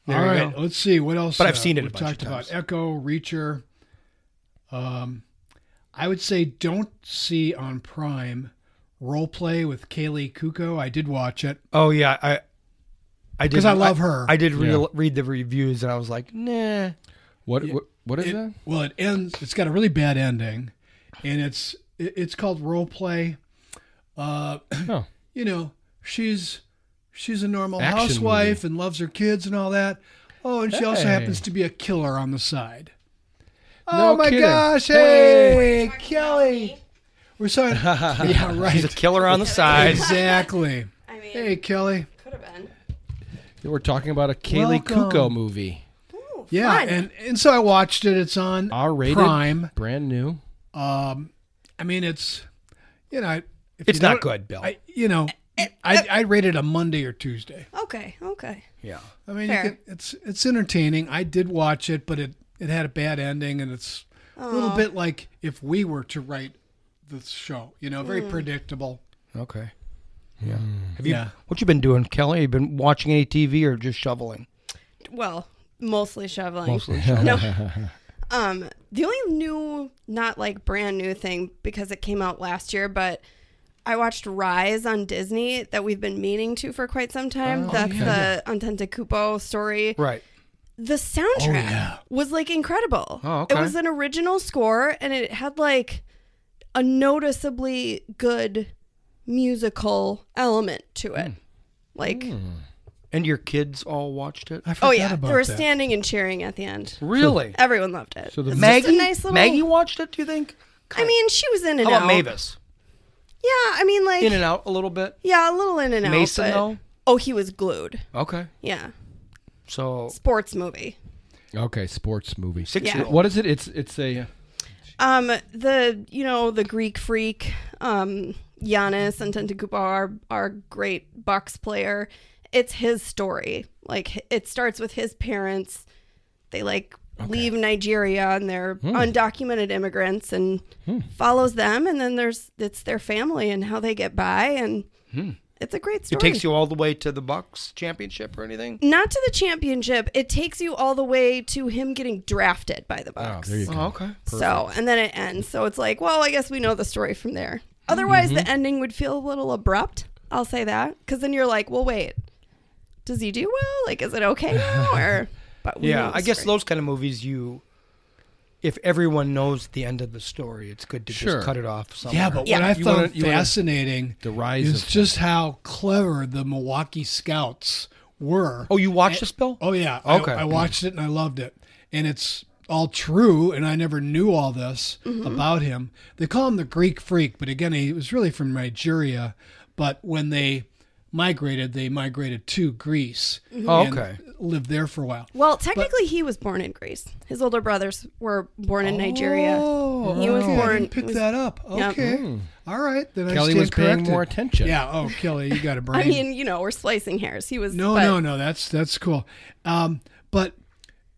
Speaker 9: There you
Speaker 10: right,
Speaker 9: go.
Speaker 10: let's see what else.
Speaker 9: But I've seen it a
Speaker 10: we've
Speaker 9: bunch of
Speaker 10: talked about
Speaker 9: times.
Speaker 10: Echo, Reacher. Um, I would say don't see on Prime role play with Kaylee Kuko. I did watch it.
Speaker 9: Oh yeah, I I did
Speaker 10: 'Cause I love her.
Speaker 9: I did re-
Speaker 11: Yeah.
Speaker 9: read the reviews and I was like, nah.
Speaker 11: What, what? What is
Speaker 10: It-
Speaker 11: that?
Speaker 10: Well, it ends. It's got a really bad ending, and it's it, it's called role play. Uh,
Speaker 11: Oh.
Speaker 10: you know, she's she's a normal
Speaker 11: Action
Speaker 10: housewife and loves her kids and all that. Oh, and she also
Speaker 11: Hey.
Speaker 10: happens to be a killer on the side.
Speaker 11: No
Speaker 10: oh my
Speaker 11: kidding.
Speaker 10: gosh! Hey, Kelly. We're sorry. yeah,
Speaker 9: He's a
Speaker 10: right.
Speaker 9: killer on the side.
Speaker 10: Exactly.
Speaker 12: I mean,
Speaker 10: Hey, Kelly.
Speaker 12: could have been.
Speaker 11: We're talking about a Kaylee
Speaker 10: Welcome.
Speaker 11: Kuko movie.
Speaker 12: Ooh,
Speaker 10: Yeah,
Speaker 12: fun.
Speaker 10: and and so I watched it. It's on
Speaker 11: R rated,
Speaker 10: Prime.
Speaker 11: brand new.
Speaker 10: Um, I mean, it's you know, I- if
Speaker 9: It's
Speaker 10: you
Speaker 9: not
Speaker 10: don't-
Speaker 9: good, Bill.
Speaker 10: I, you know, I I rate it a Monday or Tuesday.
Speaker 12: okay, okay.
Speaker 9: yeah.
Speaker 10: I mean,
Speaker 12: Fair.
Speaker 10: you can, it's it's entertaining. I did watch it, but it it had a bad ending, and it's a little bit like if we were to write the show. You know, very predictable.
Speaker 9: Okay. Yeah. Have you
Speaker 10: Yeah.
Speaker 9: What you been doing, Kelly? You been watching any TV or just shoveling?
Speaker 12: Well, mostly shoveling. Mostly shoveling. no. Um, the only new, not like brand new thing because it came out last year, but I watched Rise on Disney that we've been meaning to for quite some time. That's the Entente Cupo story.
Speaker 9: Oh, Right.
Speaker 12: The soundtrack was like incredible.
Speaker 9: Oh, okay.
Speaker 12: It was an original score and it had like a noticeably good musical element to it. Like,
Speaker 9: And your kids all watched it?
Speaker 10: I forgot
Speaker 12: oh yeah,
Speaker 10: about
Speaker 12: they were
Speaker 10: that.
Speaker 12: standing and cheering at the end.
Speaker 9: Really?
Speaker 12: Everyone loved it.
Speaker 11: So the
Speaker 12: It's just
Speaker 9: Maggie
Speaker 12: a nice little,
Speaker 9: Maggie watched it, do you think?
Speaker 12: I mean, she was in and
Speaker 9: How
Speaker 12: out.
Speaker 9: about Mavis?
Speaker 12: Yeah, I mean, like
Speaker 9: In and out a little bit.
Speaker 12: Yeah, a little in and out.
Speaker 9: Mason,
Speaker 12: but-
Speaker 9: though?
Speaker 12: Oh, he was glued.
Speaker 9: Okay.
Speaker 12: Yeah,
Speaker 9: So
Speaker 12: sports movie.
Speaker 11: Okay, sports movie.
Speaker 9: six
Speaker 12: Yeah.
Speaker 9: year old.
Speaker 11: What is it? It's it's a
Speaker 12: Um, the you know the Greek freak, um, Giannis Antetokounmpo, our our great Bucks player. It's his story. Like h- it starts with his parents. They like leave Nigeria and they're undocumented immigrants and follows them. And then there's it's their family and how they get by. And
Speaker 9: Hmm.
Speaker 12: it's a great story.
Speaker 9: It takes you all the way to the Bucks championship or anything.
Speaker 12: not to the championship. It takes you all the way to him getting drafted by the Bucks.
Speaker 9: there you go. Oh, okay.
Speaker 12: So and then it ends. So it's like, well, I guess we know the story from there. Otherwise,
Speaker 9: Mhm.
Speaker 12: the ending would feel a little abrupt. I'll say that because then you're like, well, wait, does he do well? Like, is it okay now? Or but we know
Speaker 9: yeah,
Speaker 12: the
Speaker 9: I guess
Speaker 12: story.
Speaker 9: those kind of movies, you, if everyone knows the end of the story, it's good to
Speaker 11: Sure.
Speaker 9: just cut it off. Somewhere.
Speaker 10: Yeah, but what I found fascinating
Speaker 11: the rise
Speaker 10: is
Speaker 11: of-
Speaker 10: just how clever the Milwaukee Scouts were.
Speaker 9: Oh, you watched
Speaker 10: And-
Speaker 9: this, Bill?
Speaker 10: Oh yeah, I-
Speaker 9: Okay.
Speaker 10: I, watched it and I loved it, and it's all true. And I never knew all this
Speaker 12: Mm-hmm.
Speaker 13: Mhm.
Speaker 10: about him. They call him the Greek Freak, but again, he was really from Nigeria. But when they migrated, they migrated to Greece.
Speaker 12: Mhm. Oh,
Speaker 10: and
Speaker 9: okay.
Speaker 10: Lived there for a while.
Speaker 12: Well, technically, he was born in Greece. His older brothers were born in Nigeria.
Speaker 10: Oh,
Speaker 12: he was
Speaker 10: okay. I
Speaker 12: born.
Speaker 10: didn't pick
Speaker 12: was-
Speaker 10: that up.
Speaker 12: Yep.
Speaker 10: Okay. All right. Then
Speaker 11: Hmm. Kelly
Speaker 10: I stand
Speaker 11: was paying
Speaker 10: corrected.
Speaker 11: more attention.
Speaker 10: Yeah. Oh, Kelly, you got a brain.
Speaker 12: I mean, you know, we're slicing hairs. He was
Speaker 10: no,
Speaker 12: but-
Speaker 10: no, no. That's that's cool. Um, but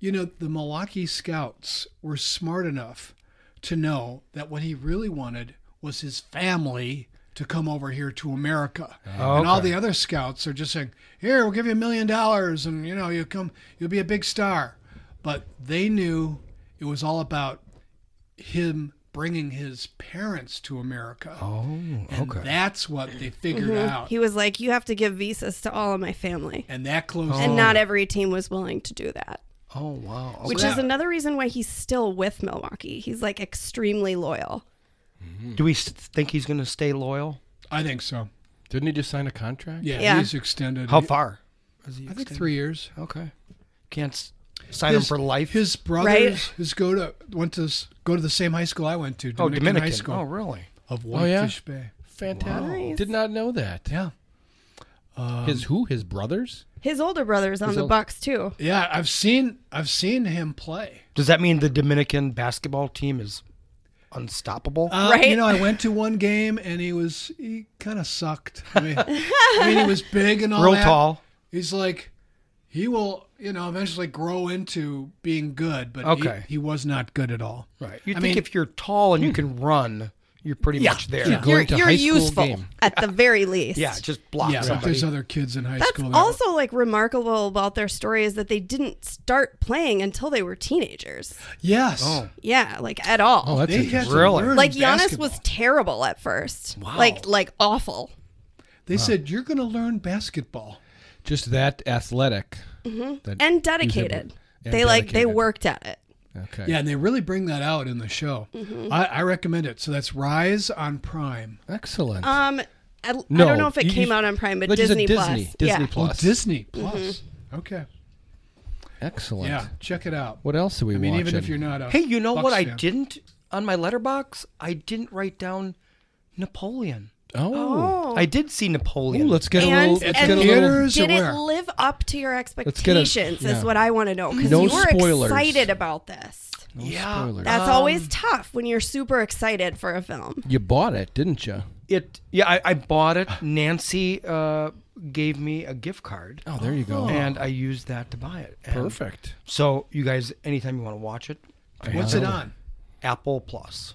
Speaker 10: you know, the Milwaukee Scouts were smart enough to know that what he really wanted was his family to come over here to America.
Speaker 9: Oh,
Speaker 10: And all
Speaker 9: okay.
Speaker 10: the other scouts are just saying, "Here, we'll give you a million dollars, and you know, you come, you'll be a big star." But they knew it was all about him bringing his parents to America. Oh,
Speaker 9: okay.
Speaker 10: That's what they figured
Speaker 12: Mhm.
Speaker 10: out.
Speaker 12: He was like, "You have to give visas to all of my family,"
Speaker 10: and that
Speaker 11: Oh,
Speaker 10: closed.
Speaker 12: and not every team was willing to do that.
Speaker 10: Oh wow!
Speaker 12: Which
Speaker 10: Okay.
Speaker 12: is another reason why he's still with Milwaukee. He's like extremely loyal.
Speaker 9: Do we s- think he's going to stay loyal?
Speaker 10: I think so.
Speaker 11: Didn't he just sign a contract?
Speaker 10: Yeah,
Speaker 12: Yeah.
Speaker 10: he's extended.
Speaker 9: How
Speaker 10: He-
Speaker 9: far?
Speaker 10: I think three years.
Speaker 9: Okay. Can't s- sign him
Speaker 10: His-
Speaker 9: for life.
Speaker 10: His brothers
Speaker 9: Right?
Speaker 10: his go to went to s- go to the same high school I went to.
Speaker 9: Oh,
Speaker 10: Dominican High
Speaker 9: Dominican.
Speaker 10: School.
Speaker 9: Oh, really?
Speaker 10: Of
Speaker 11: Oh, yeah?
Speaker 10: Whitefish Bay.
Speaker 11: Fantastic.
Speaker 12: Nice.
Speaker 11: Did not know that.
Speaker 10: Yeah. Um,
Speaker 11: his who? His brothers?
Speaker 12: His older brother's on
Speaker 11: His
Speaker 12: the
Speaker 11: ol-
Speaker 12: Bucks too.
Speaker 10: Yeah, I've seen I've seen him play.
Speaker 9: Does that mean the Dominican basketball team is unstoppable?
Speaker 10: Uh, You know, I went to one game and he was he kind of sucked. I mean, I mean, he was big
Speaker 11: Oh,
Speaker 10: and all
Speaker 9: Real
Speaker 10: that.
Speaker 9: tall.
Speaker 10: He's like, he will, you know, eventually grow into being good, but he-
Speaker 9: Okay.
Speaker 10: he, was not good at all.
Speaker 9: Right. You
Speaker 10: I
Speaker 9: think
Speaker 10: mean-
Speaker 9: if you're tall and you can run, you're pretty
Speaker 10: Yeah.
Speaker 9: much there.
Speaker 10: Yeah. You're going to
Speaker 12: You're
Speaker 10: high school
Speaker 12: useful
Speaker 10: game.
Speaker 12: at the very least.
Speaker 9: Yeah, just block
Speaker 10: yeah, but
Speaker 9: somebody.
Speaker 10: there's other kids in high school. that-
Speaker 12: Also, like remarkable about their story is that they didn't start playing until they were teenagers.
Speaker 10: yes.
Speaker 12: Yeah, like at all.
Speaker 10: Oh, that's They had to interesting. learn
Speaker 12: Like Giannis
Speaker 10: basketball.
Speaker 12: was terrible at first.
Speaker 10: Wow.
Speaker 12: Like like awful.
Speaker 10: They said you're going to learn basketball.
Speaker 11: Just that athletic.
Speaker 12: Mhm.
Speaker 11: That he's able-
Speaker 12: And dedicated.
Speaker 11: and
Speaker 12: they like they
Speaker 11: dedicated.
Speaker 12: worked at it.
Speaker 11: Okay.
Speaker 10: Yeah, and they really bring that out in the show.
Speaker 12: Mhm.
Speaker 10: I, I recommend it. So that's Rise on Prime.
Speaker 11: Excellent.
Speaker 12: Um I, I
Speaker 10: No,
Speaker 12: don't know if it
Speaker 10: you-
Speaker 12: came
Speaker 10: you-
Speaker 12: out on Prime, but
Speaker 10: but you said
Speaker 12: Disney, Plus.
Speaker 11: Disney. Disney
Speaker 12: yeah.
Speaker 11: Plus.
Speaker 10: Oh, Disney Plus. Okay.
Speaker 11: Excellent.
Speaker 10: Yeah, check it out.
Speaker 11: What else do we
Speaker 10: I mean, even
Speaker 11: watching?
Speaker 10: if you're not uh, a
Speaker 9: Hey, you know
Speaker 10: Bucks
Speaker 9: what I
Speaker 10: fan.
Speaker 9: didn't on my letterbox? I didn't write down Napoleon.
Speaker 11: Oh.
Speaker 9: I did see Napoleon.
Speaker 11: Ooh, let's get a
Speaker 12: And,
Speaker 11: little. Let's
Speaker 12: and
Speaker 11: get a little.
Speaker 12: did it live up to your
Speaker 11: get a-
Speaker 12: expectations?
Speaker 11: yeah.
Speaker 12: Is what I want to know because
Speaker 11: No
Speaker 12: you were
Speaker 11: spoilers.
Speaker 12: excited about this.
Speaker 9: yeah,
Speaker 12: That's always tough when you're super excited for a film.
Speaker 11: You bought it, didn't you?
Speaker 9: It yeah, I, I bought it. Nancy uh, gave me a gift card.
Speaker 11: Oh, there you go.
Speaker 9: And I used that to buy it. And
Speaker 11: Perfect.
Speaker 9: So you guys, anytime you want to watch it, I
Speaker 10: What's
Speaker 9: have
Speaker 10: it on?
Speaker 9: Apple Plus.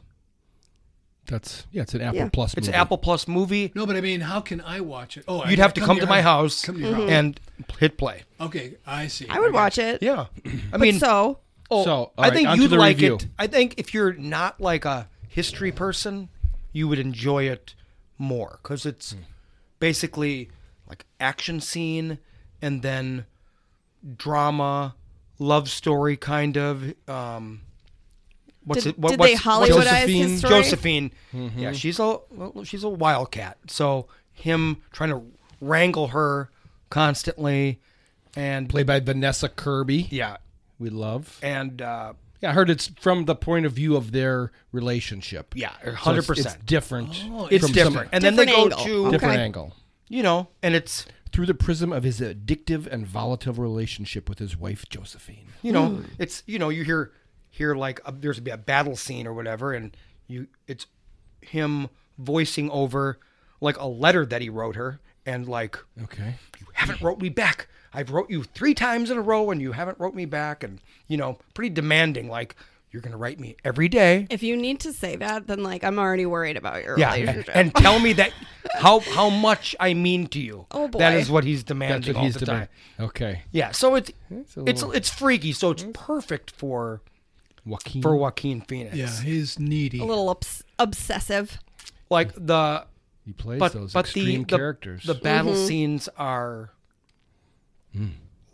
Speaker 11: That's yeah. It's an Apple
Speaker 9: Yeah.
Speaker 11: Plus.
Speaker 9: It's
Speaker 11: movie.
Speaker 9: Apple Plus movie.
Speaker 10: No, but I mean, how can I watch it? Oh, I
Speaker 9: You'd have to come, to
Speaker 10: your
Speaker 9: my house Mm-hmm.
Speaker 10: Come to your house.
Speaker 9: and hit play.
Speaker 10: okay, I see.
Speaker 12: I would watch it.
Speaker 9: Yeah, I
Speaker 12: But
Speaker 9: mean,
Speaker 12: so
Speaker 9: Oh,
Speaker 11: So, all
Speaker 9: I
Speaker 11: right,
Speaker 9: think
Speaker 11: onto
Speaker 9: you'd
Speaker 11: the
Speaker 9: like
Speaker 11: review.
Speaker 9: it. I think if you're not like a history person, you would enjoy it more because it's
Speaker 11: Hmm.
Speaker 9: basically like action scene and then drama, love story, kind of. Um, what's
Speaker 12: Did-
Speaker 9: it? What,
Speaker 12: did
Speaker 9: what's,
Speaker 12: they Hollywoodize his
Speaker 9: Josephine?
Speaker 12: story?
Speaker 9: Josephine.
Speaker 11: Mhm.
Speaker 9: Yeah, she's a well, she's a wildcat. So him trying to wrangle her constantly, and
Speaker 11: played by Vanessa Kirby.
Speaker 9: Yeah,
Speaker 11: we love.
Speaker 9: and uh,
Speaker 11: Yeah, I heard it's from the point of view of their relationship.
Speaker 9: Yeah,
Speaker 11: So it's-
Speaker 9: 100%.
Speaker 11: It's different.
Speaker 9: Oh, it's
Speaker 11: from
Speaker 9: different. And then they
Speaker 11: Different
Speaker 9: go to-
Speaker 11: different
Speaker 9: Okay.
Speaker 11: angle.
Speaker 9: you know, and it's
Speaker 11: Through the prism of his addictive and volatile relationship with his wife Josephine.
Speaker 9: you know it's you know you hear hear like a, there's be a battle scene or whatever and you it's him voicing over like a letter that he wrote her and like
Speaker 11: Okay.
Speaker 9: you haven't wrote me back I've wrote you three times in a row and you haven't wrote me back, and you know, pretty demanding. Like you're gonna write me every day.
Speaker 12: If you need to say that, then like I'm already worried about your
Speaker 9: Yeah, and,
Speaker 12: relationship.
Speaker 9: and tell me that how how much I mean to you.
Speaker 12: Oh, boy.
Speaker 9: that is what he's demanding
Speaker 11: That's what
Speaker 9: all
Speaker 11: he's
Speaker 9: the
Speaker 11: demanding.
Speaker 9: time.
Speaker 11: Okay.
Speaker 9: Yeah, so it's
Speaker 11: It's
Speaker 9: it's
Speaker 11: a
Speaker 9: it's,
Speaker 11: little-
Speaker 9: freaky. So
Speaker 11: Mm-hmm.
Speaker 9: it's perfect for
Speaker 11: Joaquin.
Speaker 9: for Joaquin Phoenix.
Speaker 10: Yeah, he's needy.
Speaker 12: a little obs- obsessive.
Speaker 9: like the
Speaker 11: He plays
Speaker 9: but,
Speaker 11: those
Speaker 9: but the-
Speaker 11: extreme
Speaker 9: the,
Speaker 11: characters.
Speaker 9: The battle
Speaker 12: Mhm.
Speaker 9: scenes are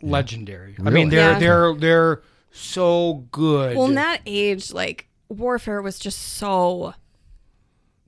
Speaker 9: legendary. I
Speaker 11: Hmm. Really?
Speaker 9: mean, they're
Speaker 12: Yeah.
Speaker 9: they're they're so good.
Speaker 12: Well, in that age, like warfare was just so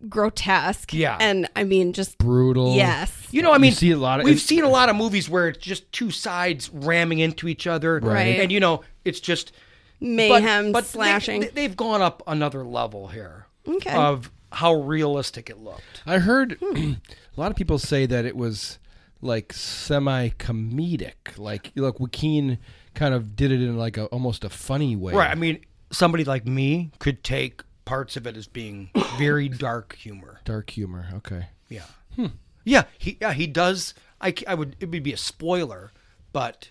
Speaker 12: grotesque.
Speaker 9: Yeah.
Speaker 12: and I mean, just
Speaker 11: brutal.
Speaker 12: yes,
Speaker 9: you know, I mean,
Speaker 11: see a lot of-
Speaker 9: we've
Speaker 11: and-
Speaker 9: seen a lot of movies where it's just two sides ramming into each other,
Speaker 12: Right.
Speaker 9: And you know, it's just but-
Speaker 12: mayhem,
Speaker 9: but they-
Speaker 12: slashing.
Speaker 9: They, have gone up another level here
Speaker 12: Okay.
Speaker 9: of how realistic it looked.
Speaker 11: I heard
Speaker 9: Hmm.
Speaker 11: a lot of people say that it was like semi comedic. Like look, Joaquin kind of did it in like a almost a funny way.
Speaker 9: Right. I mean, somebody like me could take parts of it as being very dark humor.
Speaker 11: Dark humor. Okay.
Speaker 9: Yeah. Yeah, he yeah, he does. I, c- I would it would be a spoiler, but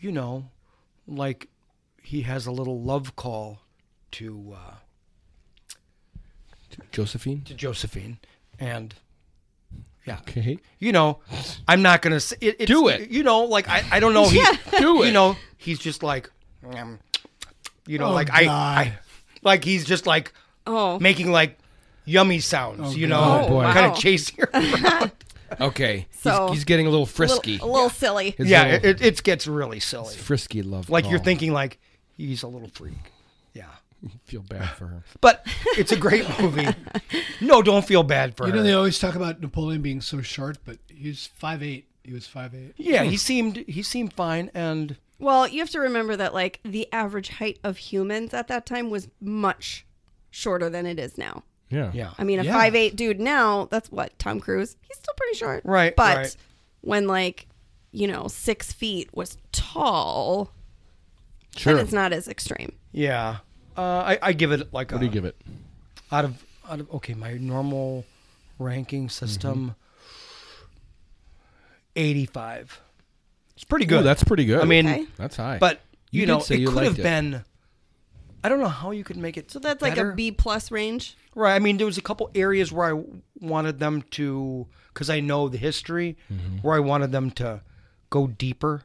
Speaker 9: you know, like he has a little love call to uh,
Speaker 11: Josephine?
Speaker 9: to Josephine, and yeah,
Speaker 11: Okay.
Speaker 9: you know, I'm not gonna say, it, it's,
Speaker 11: Do it.
Speaker 9: You know, like I, I don't know. He,
Speaker 11: Do it.
Speaker 9: You know, he's just like, um, you know,
Speaker 10: Oh,
Speaker 9: like I,
Speaker 10: God.
Speaker 9: I, like he's just like
Speaker 12: oh,
Speaker 9: making like yummy sounds. you know,
Speaker 11: God. Oh, boy.
Speaker 9: kind
Speaker 12: wow.
Speaker 9: of chasing her. around.
Speaker 11: Okay.
Speaker 12: So-
Speaker 11: he's, he's getting a
Speaker 12: a
Speaker 11: little
Speaker 12: little,
Speaker 11: frisky.
Speaker 12: a little silly.
Speaker 11: His
Speaker 9: yeah,
Speaker 11: little-
Speaker 9: it, it, it gets really silly.
Speaker 11: frisky love.
Speaker 9: like you're
Speaker 11: call.
Speaker 9: thinking like he's a little freak yeah
Speaker 11: Feel bad for her.
Speaker 9: but it's a great movie no don't feel bad for
Speaker 10: You
Speaker 9: her
Speaker 10: know, they always talk about Napoleon being so short, but he's five eight. He was five eight.
Speaker 9: yeah
Speaker 11: Hmm.
Speaker 9: he seemed he seemed fine and
Speaker 12: Well, you have to remember that like the average height of humans at that time was much shorter than it is now.
Speaker 11: Yeah.
Speaker 9: yeah
Speaker 12: I mean, a
Speaker 10: Yeah.
Speaker 12: five eight dude now, that's what Tom Cruise. He's still pretty short,
Speaker 9: Right,
Speaker 12: But
Speaker 9: right.
Speaker 12: when like you know six feet was tall,
Speaker 11: Sure.
Speaker 12: then it's not as extreme.
Speaker 9: yeah uh, I, I give it like
Speaker 11: What
Speaker 9: a,
Speaker 11: do you give it?
Speaker 9: out of out of okay my normal ranking
Speaker 11: Mm-hmm.
Speaker 9: system 85 it's pretty good
Speaker 11: Ooh, that's pretty good.
Speaker 9: i mean
Speaker 12: Okay.
Speaker 11: that's high.
Speaker 9: but you,
Speaker 11: did
Speaker 9: know
Speaker 11: say
Speaker 9: it
Speaker 11: you
Speaker 9: could
Speaker 11: liked
Speaker 9: have been i don't know how you could make it
Speaker 12: So that's like
Speaker 9: better.
Speaker 12: a B plus range.
Speaker 9: Right. I mean, there was a couple areas where I wanted them to, because I know the history,
Speaker 11: Mm-hmm.
Speaker 9: where I wanted them to go deeper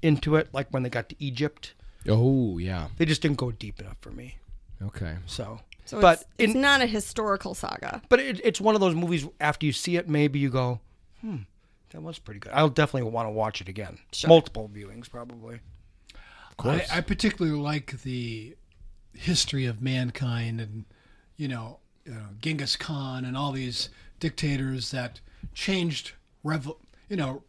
Speaker 9: into it. Like when they got to Egypt,
Speaker 11: Oh yeah.
Speaker 9: they just didn't go deep enough for me.
Speaker 11: Okay.
Speaker 9: So,
Speaker 12: So
Speaker 9: but
Speaker 12: it's, it's
Speaker 9: in-
Speaker 12: not a historical saga.
Speaker 9: but it, it's one of those movies. After you see it, maybe you go, "Hmm, that was pretty good." I'll definitely want to watch it again. Multiple viewings, probably.
Speaker 10: I, I particularly like the history of mankind and you know, you know Genghis Khan and all these dictators that changed revo- you know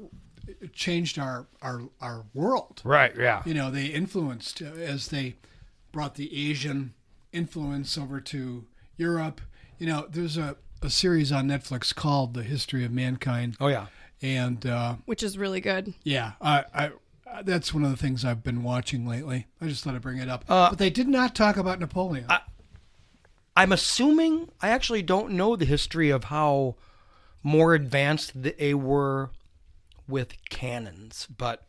Speaker 10: changed our our our world
Speaker 9: Right. Yeah.
Speaker 10: you know they influenced uh, as they brought the asian influence over to europe you know there's a, a series on netflix called the history of mankind
Speaker 9: Oh yeah.
Speaker 10: and uh,
Speaker 12: which is really good.
Speaker 10: yeah I, I I- that's one of the things i've been watching lately i just thought i'd bring it up but they did not talk about napoleon
Speaker 9: I'm assuming I actually don't know the history of how more advanced they were with cannons, but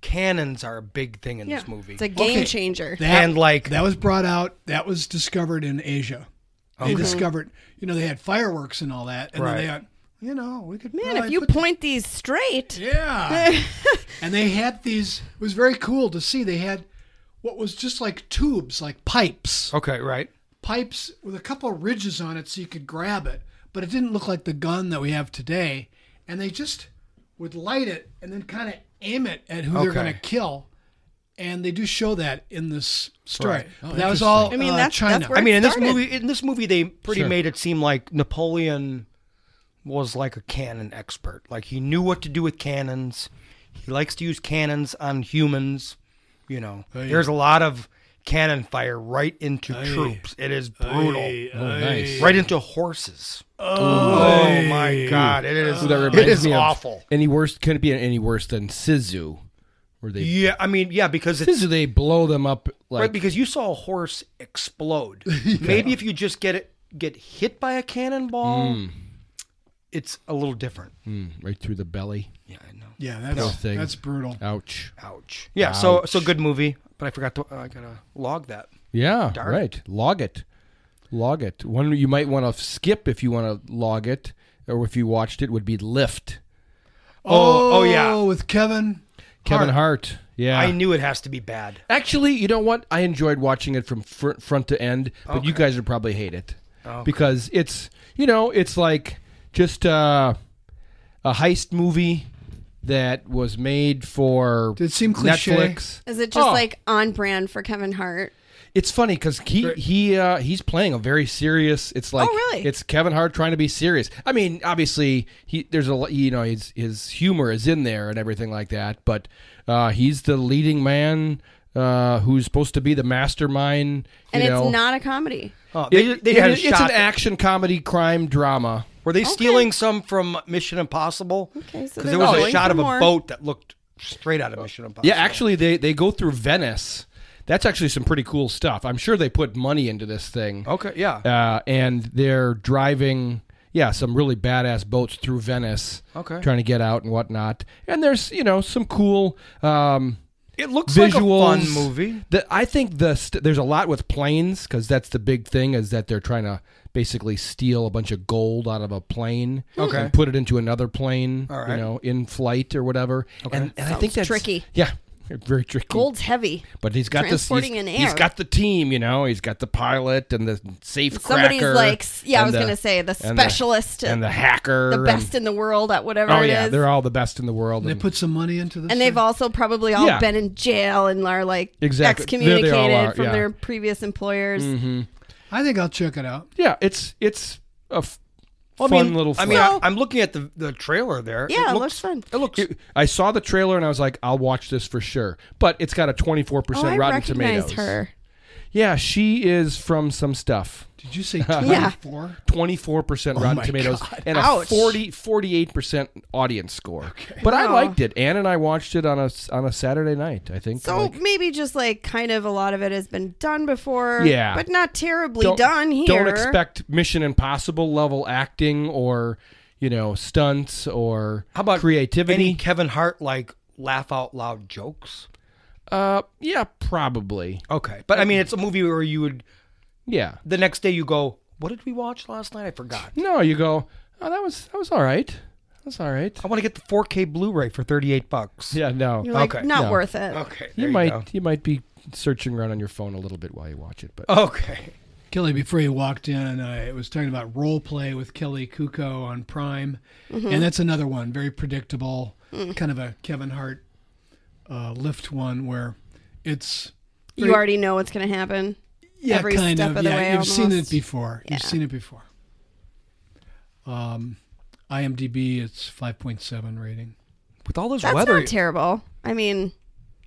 Speaker 9: cannons are a big thing in this movie.
Speaker 12: It's a game
Speaker 10: Okay.
Speaker 12: changer.
Speaker 10: That-
Speaker 9: and, like-
Speaker 10: that was brought out that was discovered in asia they discovered you know they had fireworks and all that and then they
Speaker 9: Right.
Speaker 10: had you know we could
Speaker 12: Man,
Speaker 10: probably
Speaker 12: if you
Speaker 10: put
Speaker 12: point these straight,
Speaker 10: Yeah. and they had these, it was very cool to see. They had what was just like tubes, like pipes,
Speaker 9: okay, right.
Speaker 10: pipes with a couple of ridges on it so you could grab it, but it didn't look like the gun that we have today. And they just would light it and then kind of aim it at who they're
Speaker 9: Okay.
Speaker 10: going to kill. And they do show that in this story.
Speaker 9: Right.
Speaker 10: But that was all.
Speaker 12: I mean,
Speaker 10: uh,
Speaker 12: that's-
Speaker 10: China.
Speaker 12: that's where-
Speaker 9: I mean, in this
Speaker 12: started.
Speaker 9: movie, in this movie, they pretty
Speaker 11: Sure.
Speaker 9: made it seem like Napoleon was like a cannon expert. Like he knew what to do with cannons. He likes to use cannons on humans. You know,
Speaker 10: Aye.
Speaker 9: there's a lot of cannon fire right into
Speaker 10: Aye.
Speaker 9: troops. It is brutal.
Speaker 10: uh,
Speaker 11: Oh, nice.
Speaker 9: right into horses. Oh my god, it is
Speaker 11: Ooh, that
Speaker 9: it
Speaker 11: reminds
Speaker 9: is
Speaker 11: me of
Speaker 9: awful.
Speaker 11: Any worse? Couldn't be any worse than Sizu, where they
Speaker 9: Yeah, I mean, yeah, because it's
Speaker 11: Sizu they blow them up like
Speaker 9: right because you saw a horse explode. Maybe if you just get it get hit by a cannonball, it's a little different.
Speaker 11: Mm, right through the belly.
Speaker 9: Yeah, I know.
Speaker 10: Yeah, that's
Speaker 11: Poor thing.
Speaker 10: that's brutal.
Speaker 11: Ouch.
Speaker 9: Ouch. Yeah, so so good movie, but I forgot to uh, I gotta log that.
Speaker 11: Yeah,
Speaker 9: Darn it.
Speaker 11: right. Log it. Log it. One you might want to skip if you want to log it, or if you watched it, would be Lift.
Speaker 9: Oh, oh, yeah.
Speaker 10: with Kevin.
Speaker 11: Kevin Hart. Yeah.
Speaker 9: I knew it has to be bad.
Speaker 11: Actually, you know what? I enjoyed watching it from fr- front to end, but you
Speaker 9: Okay.
Speaker 11: guys would probably hate it
Speaker 9: Okay.
Speaker 11: because it's you know it's like just uh, a heist movie that was made for
Speaker 10: Did it seem cliche?
Speaker 11: Netflix.
Speaker 12: Is it just
Speaker 11: Oh.
Speaker 12: like on brand for Kevin Hart?
Speaker 11: It's funny because he he uh, he's playing a very serious. It's like
Speaker 12: Oh, really?
Speaker 11: it's Kevin Hart trying to be serious. I mean, obviously he there's a lo- you know his his humor is in there and everything like that, but uh, he's the leading man uh, who's supposed to be the mastermind. You
Speaker 12: And
Speaker 11: know. Um,
Speaker 12: it's not a comedy.
Speaker 9: Oh,
Speaker 11: It-
Speaker 9: they, they had a
Speaker 11: it's
Speaker 9: shot.
Speaker 11: an action comedy crime drama.
Speaker 9: Were they stealing some from Mission Impossible?
Speaker 12: Okay, so they're
Speaker 9: because there was a
Speaker 12: going
Speaker 9: shot
Speaker 12: for
Speaker 9: of a
Speaker 12: more.
Speaker 9: boat that looked straight out of Mission Impossible.
Speaker 11: Yeah, actually, they they go through Venice. That's actually some pretty cool stuff. I'm sure they put money into this thing.
Speaker 9: Okay, yeah.
Speaker 11: uh, and they're driving yeah some really badass boats through Venice.
Speaker 9: Okay.
Speaker 11: trying to get out and whatnot. And there's you know some cool. Um,
Speaker 9: It looks
Speaker 11: visuals.
Speaker 9: like a fun movie.
Speaker 11: The, I think the st- there's a lot with planes because that's the big thing is that they're trying to basically steal a bunch of gold out of a plane
Speaker 9: Okay.
Speaker 11: and put it into another plane,
Speaker 9: All
Speaker 11: you
Speaker 9: right.
Speaker 11: know, in flight or whatever. Okay. And, and I think that's
Speaker 12: Sounds tricky.
Speaker 11: Yeah, very tricky.
Speaker 12: Gold's heavy.
Speaker 11: But he's got this. He's,
Speaker 12: Transporting in
Speaker 11: he's
Speaker 12: air.
Speaker 11: got the team, you know. He's got the pilot and the safe
Speaker 12: Somebody's
Speaker 11: cracker
Speaker 12: like, yeah, I
Speaker 11: and
Speaker 12: was
Speaker 11: the-
Speaker 12: gonna say the
Speaker 11: and the-
Speaker 12: specialist
Speaker 11: and the hacker,
Speaker 12: the
Speaker 11: and-
Speaker 12: best in the world at whatever
Speaker 11: um, oh
Speaker 12: it
Speaker 11: yeah,
Speaker 12: is.
Speaker 11: they're all the best in the world.
Speaker 10: They
Speaker 11: and-
Speaker 10: put some money into this.
Speaker 12: and they've
Speaker 10: thing.
Speaker 12: also probably all
Speaker 11: Yeah.
Speaker 12: been in jail and are like
Speaker 11: Exactly. There they
Speaker 12: excommunicated
Speaker 11: all are,
Speaker 12: from
Speaker 11: yeah. Mm-hmm.
Speaker 12: their previous employers.
Speaker 10: I think I'll check it out.
Speaker 11: yeah, it's it's a f-
Speaker 9: Well,
Speaker 11: fun
Speaker 9: I mean,
Speaker 11: little.
Speaker 9: I
Speaker 11: flick.
Speaker 9: mean, I, am looking at the, the trailer there.
Speaker 12: Yeah,
Speaker 9: it
Speaker 12: it
Speaker 9: looks,
Speaker 12: looks fun.
Speaker 9: It looks.
Speaker 11: It- I saw the trailer and I was like, I'll watch this for sure. But it's got a 24%
Speaker 12: Oh, I
Speaker 11: Rotten
Speaker 12: recognized
Speaker 11: Tomatoes.
Speaker 12: her.
Speaker 11: Yeah, she is from some stuff.
Speaker 10: Did you say
Speaker 12: Yeah.
Speaker 10: 24?
Speaker 11: 24% Rotten
Speaker 10: my
Speaker 11: Tomatoes
Speaker 10: God.
Speaker 11: and
Speaker 12: Ouch.
Speaker 11: a 40 48% audience score. But I
Speaker 12: Wow.
Speaker 11: liked it. Anne and I watched it on a s- on a Saturday night, I think.
Speaker 12: So
Speaker 11: Like,
Speaker 12: maybe just like kind of a lot of it has been done before.
Speaker 11: Yeah.
Speaker 12: But not terribly
Speaker 11: don't-
Speaker 12: done here.
Speaker 11: Don't expect Mission Impossible level acting or, you know, stunts or
Speaker 9: How about Any
Speaker 11: creativity?
Speaker 9: Kevin Hart like laugh out loud jokes?
Speaker 11: uh yeah, probably.
Speaker 9: Okay, but I mean, it's a movie where you would
Speaker 11: Yeah.
Speaker 9: the next day you go, "What did we watch last night? I forgot."
Speaker 11: No, you go, "Oh, that was that was all right." That was all right.
Speaker 9: I want to get the 4K Blu-ray for 38 bucks.
Speaker 11: Yeah, no.
Speaker 12: You're like,
Speaker 9: Okay.
Speaker 12: not
Speaker 11: No.
Speaker 12: worth it.
Speaker 9: Okay, there
Speaker 11: you
Speaker 9: you,
Speaker 11: might
Speaker 9: go.
Speaker 11: you might be searching around on your phone a little bit while you watch it, but
Speaker 12: Oh,
Speaker 9: Okay.
Speaker 10: Kelly, before you walked in, I was talking about role play with Kelly Kuko on Prime, and that's another one, very predictable, kind of a Kevin Hart uh, lift one where it's
Speaker 12: You already know what's gonna happen.
Speaker 10: yeah,
Speaker 12: every
Speaker 10: kind
Speaker 12: step
Speaker 10: of,
Speaker 12: of the
Speaker 10: yeah,
Speaker 12: way
Speaker 10: you've seen it
Speaker 12: almost.
Speaker 10: before. You've
Speaker 12: Yeah.
Speaker 10: seen it before. Um, IMDb, it's five point seven rating.
Speaker 9: With all this
Speaker 12: That's
Speaker 9: weather,
Speaker 12: not terrible. I mean,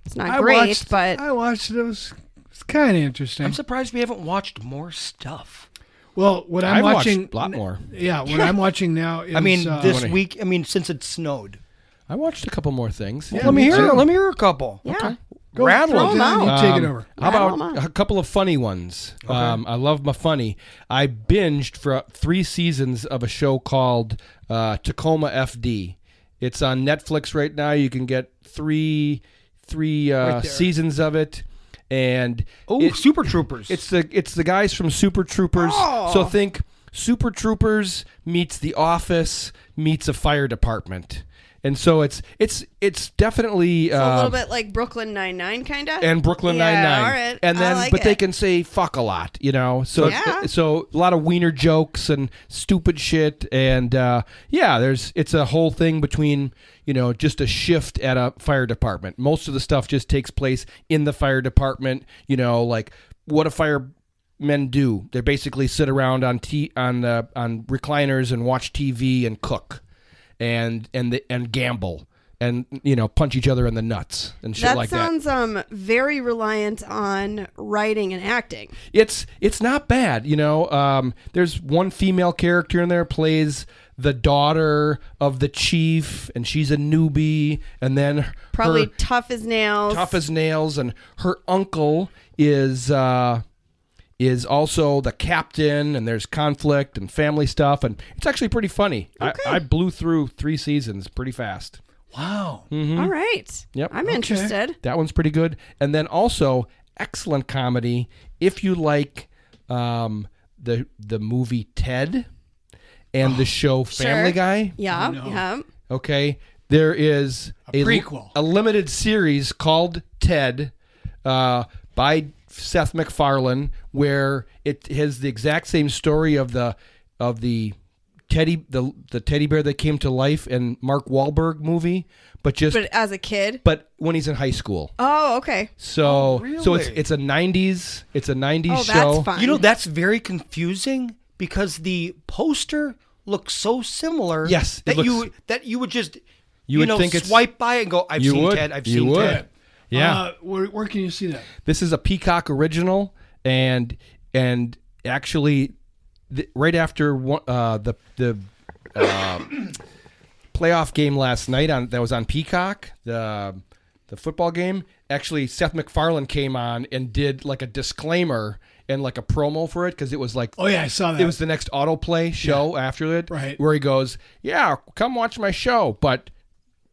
Speaker 12: it's not
Speaker 10: I
Speaker 12: great,
Speaker 10: watched,
Speaker 12: but
Speaker 10: I watched it. It was, it's kind of interesting.
Speaker 9: I'm surprised we haven't watched more stuff.
Speaker 10: well, what I'm
Speaker 11: I've watched
Speaker 10: watching
Speaker 11: a lot more.
Speaker 10: Yeah, what I'm watching now. Is,
Speaker 9: I mean,
Speaker 10: uh,
Speaker 9: this week. I mean, since it snowed.
Speaker 11: I watched a couple more things.
Speaker 9: let me
Speaker 10: me
Speaker 9: hear.
Speaker 10: too.
Speaker 9: Let me hear a couple.
Speaker 12: yeah.
Speaker 10: go
Speaker 9: Rattle
Speaker 10: throw
Speaker 9: them
Speaker 10: it down,
Speaker 12: out.
Speaker 10: You take it
Speaker 11: Um,
Speaker 10: over.
Speaker 11: How
Speaker 12: Rattle
Speaker 11: about
Speaker 12: 'em off.
Speaker 11: a couple of funny ones? Um, I love my funny. I binged for three seasons of a show called uh, Tacoma FD. It's on Netflix right now. You can get three three uh, seasons of it, and
Speaker 9: Oh,
Speaker 11: it-
Speaker 9: Super Troopers.
Speaker 11: It's the it's the guys from Super Troopers. So think Super Troopers meets The Office meets a fire department, and so it's it's it's definitely
Speaker 12: a
Speaker 11: uh,
Speaker 12: little bit like Brooklyn Nine Nine, kind of.
Speaker 11: and Brooklyn
Speaker 12: yeah,
Speaker 11: Nine Nine,
Speaker 12: All right.
Speaker 11: and
Speaker 12: I
Speaker 11: then
Speaker 12: like
Speaker 11: but they
Speaker 12: it.
Speaker 11: can say fuck a lot, you know. So
Speaker 12: Yeah.
Speaker 11: so a lot of wiener jokes and stupid shit, and uh, yeah, there's it's a whole thing between you know just a shift at a fire department. Most of the stuff just takes place in the fire department, you know, like what a fire men do. They basically sit around on t on uh, on recliners and watch TV and cook, and and the, and gamble. And you know, punch each other in the nuts and shit
Speaker 12: that
Speaker 11: like that.
Speaker 12: sounds um very reliant on writing and acting.
Speaker 11: it's it's not bad you know um, there's one female character in there plays the daughter of the chief and she's a newbie and then
Speaker 12: Probably
Speaker 11: her
Speaker 12: tough as nails.
Speaker 11: tough as nails and her uncle is uh is also the captain, and there's conflict and family stuff, and it's actually pretty funny. I, I blew through three seasons pretty fast.
Speaker 10: Wow.
Speaker 11: Mhm.
Speaker 12: All right.
Speaker 11: Yep.
Speaker 12: I'm interested.
Speaker 11: That one's pretty good. And then also excellent comedy if you like um, the the movie Ted and the show Family
Speaker 12: Oh, Sure.
Speaker 11: Guy.
Speaker 12: Yeah. Yeah.
Speaker 11: Okay. There is a,
Speaker 10: prequel.
Speaker 11: a limited series called Ted uh, by Seth MacFarlane, where it has the exact same story of the of the teddy the the teddy bear that came to life in Mark Wahlberg movie, but just
Speaker 12: But as a kid.
Speaker 11: but when he's in high school.
Speaker 12: Oh, okay.
Speaker 11: So
Speaker 9: Oh,
Speaker 11: so it's
Speaker 9: really?
Speaker 11: it's a '90s it's a '90s
Speaker 12: Oh, that's
Speaker 11: show.
Speaker 12: fine.
Speaker 9: You know, that's very confusing because the poster looks so similar.
Speaker 11: Yes, it
Speaker 9: that you
Speaker 11: looks-
Speaker 9: that you would just you,
Speaker 11: You would
Speaker 9: know
Speaker 11: think it's-
Speaker 9: swipe by and go, I've
Speaker 11: you
Speaker 9: seen
Speaker 11: would.
Speaker 9: Ted, I've
Speaker 11: You
Speaker 9: seen
Speaker 11: would.
Speaker 9: Ted.
Speaker 11: Yeah.
Speaker 10: Uh, where, where can you see that?
Speaker 11: this is a Peacock original, and and actually, th- right after one, uh, the the uh, playoff game last night on that was on Peacock the the football game. Actually, Seth MacFarlane came on and did like a disclaimer and like a promo for it because it was like
Speaker 10: Oh, yeah, I saw that.
Speaker 11: it was the next autoplay show after it
Speaker 10: Right.
Speaker 11: where he goes yeah come watch my show but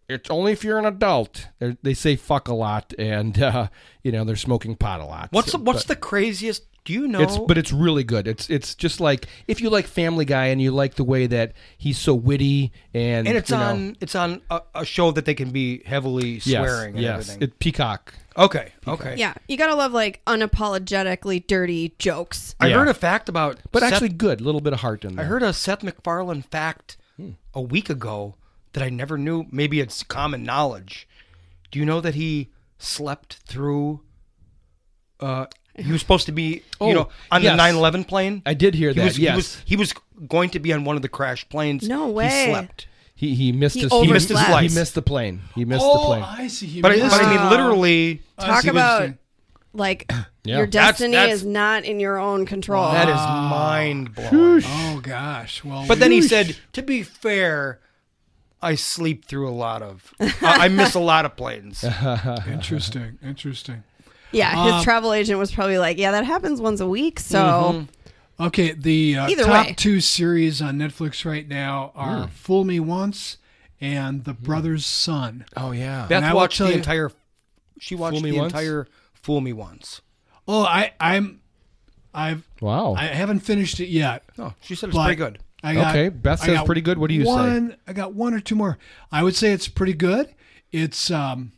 Speaker 11: it's only if you're an adult They're, they say fuck a lot and uh, you know they're smoking pot a lot
Speaker 9: What's
Speaker 11: So-
Speaker 9: the, what's
Speaker 11: but
Speaker 9: the craziest? Do you know?
Speaker 11: it's but it's really good it's it's just like if you like family guy and you like the way that he's so witty and
Speaker 9: and it's
Speaker 11: you know,
Speaker 9: on it's on a, a show that they can be heavily
Speaker 11: yes,
Speaker 9: swearing and
Speaker 11: yes
Speaker 9: everything.
Speaker 11: it, peacock
Speaker 9: okay, okay.
Speaker 12: Yeah. You gotta love like unapologetically dirty jokes.
Speaker 9: I
Speaker 11: Yeah.
Speaker 9: heard a fact about,
Speaker 11: but
Speaker 9: Seth-
Speaker 11: actually good a little bit of heart in
Speaker 9: I
Speaker 11: there
Speaker 9: heard a Seth MacFarlane fact
Speaker 11: Hmm.
Speaker 9: a week ago that I never knew. Maybe it's common knowledge. Do you know that he slept through? Uh, he was supposed to be,
Speaker 11: Oh,
Speaker 9: you know, on
Speaker 11: yes.
Speaker 9: the 9/11 plane.
Speaker 11: I did hear
Speaker 9: he
Speaker 11: that,
Speaker 9: Was,
Speaker 11: yes.
Speaker 9: he was, he was going to be on one of the crash planes.
Speaker 12: No
Speaker 9: He
Speaker 12: way.
Speaker 9: slept.
Speaker 11: he, he missed
Speaker 12: He
Speaker 11: his
Speaker 12: overslept.
Speaker 11: missed his
Speaker 12: Overslept.
Speaker 11: he missed the plane he missed the
Speaker 10: Oh,
Speaker 11: plane
Speaker 10: I see. He
Speaker 9: But, I,
Speaker 10: missed
Speaker 9: but I
Speaker 10: it.
Speaker 9: mean, literally,
Speaker 10: I
Speaker 12: Talk
Speaker 10: see what you're
Speaker 12: about
Speaker 10: saying.
Speaker 12: like
Speaker 11: Yeah.
Speaker 12: your
Speaker 11: That's-
Speaker 12: destiny
Speaker 9: that's-
Speaker 12: is not in your own control.
Speaker 9: that is mind blowing.
Speaker 10: Oh gosh. Well,
Speaker 9: Ah. But then he said, to be fair, I sleep through a lot of, I I miss a lot of planes.
Speaker 10: interesting. Interesting.
Speaker 12: yeah, his travel agent was probably like, Yeah, that happens once a week, so
Speaker 10: Okay, the uh,
Speaker 12: Either
Speaker 10: top
Speaker 12: way.
Speaker 10: two series on Netflix right now are
Speaker 11: Hmm.
Speaker 10: "Fool Me Once" and "The Brother's Son."
Speaker 11: oh yeah
Speaker 10: And I
Speaker 9: Beth
Speaker 10: will
Speaker 9: watched
Speaker 10: tell
Speaker 9: the
Speaker 10: you-
Speaker 9: entire. She watched
Speaker 11: Me
Speaker 9: the
Speaker 11: Once?
Speaker 9: entire "Fool Me Once."
Speaker 10: Oh, I, I'm, I've,
Speaker 11: wow
Speaker 10: Oh. I haven't finished it yet.
Speaker 9: Oh, she said it's
Speaker 10: but
Speaker 9: pretty good.
Speaker 10: I got,
Speaker 11: Okay, Beth
Speaker 10: I
Speaker 11: says
Speaker 10: got
Speaker 11: pretty good. What do you say?
Speaker 10: one, I got one or two more. I would say it's pretty good. It's um,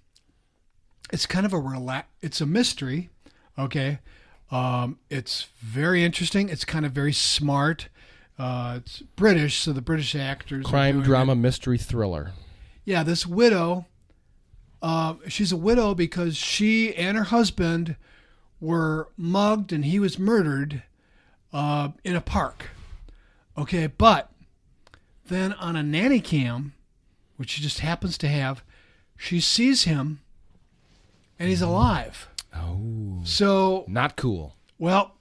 Speaker 10: it's kind of a relax. It's a mystery. Okay, um, it's very interesting. It's kind of very smart. Uh, it's British, so the British actors are
Speaker 11: crime
Speaker 10: doing
Speaker 11: drama
Speaker 10: it.
Speaker 11: mystery thriller
Speaker 10: Yeah, this widow. Uh, she's a widow because she and her husband were mugged and he was murdered uh, in a park. Okay, but then on a nanny cam, which she just happens to have, she sees him and he's alive. Oh. So
Speaker 11: not cool
Speaker 10: well,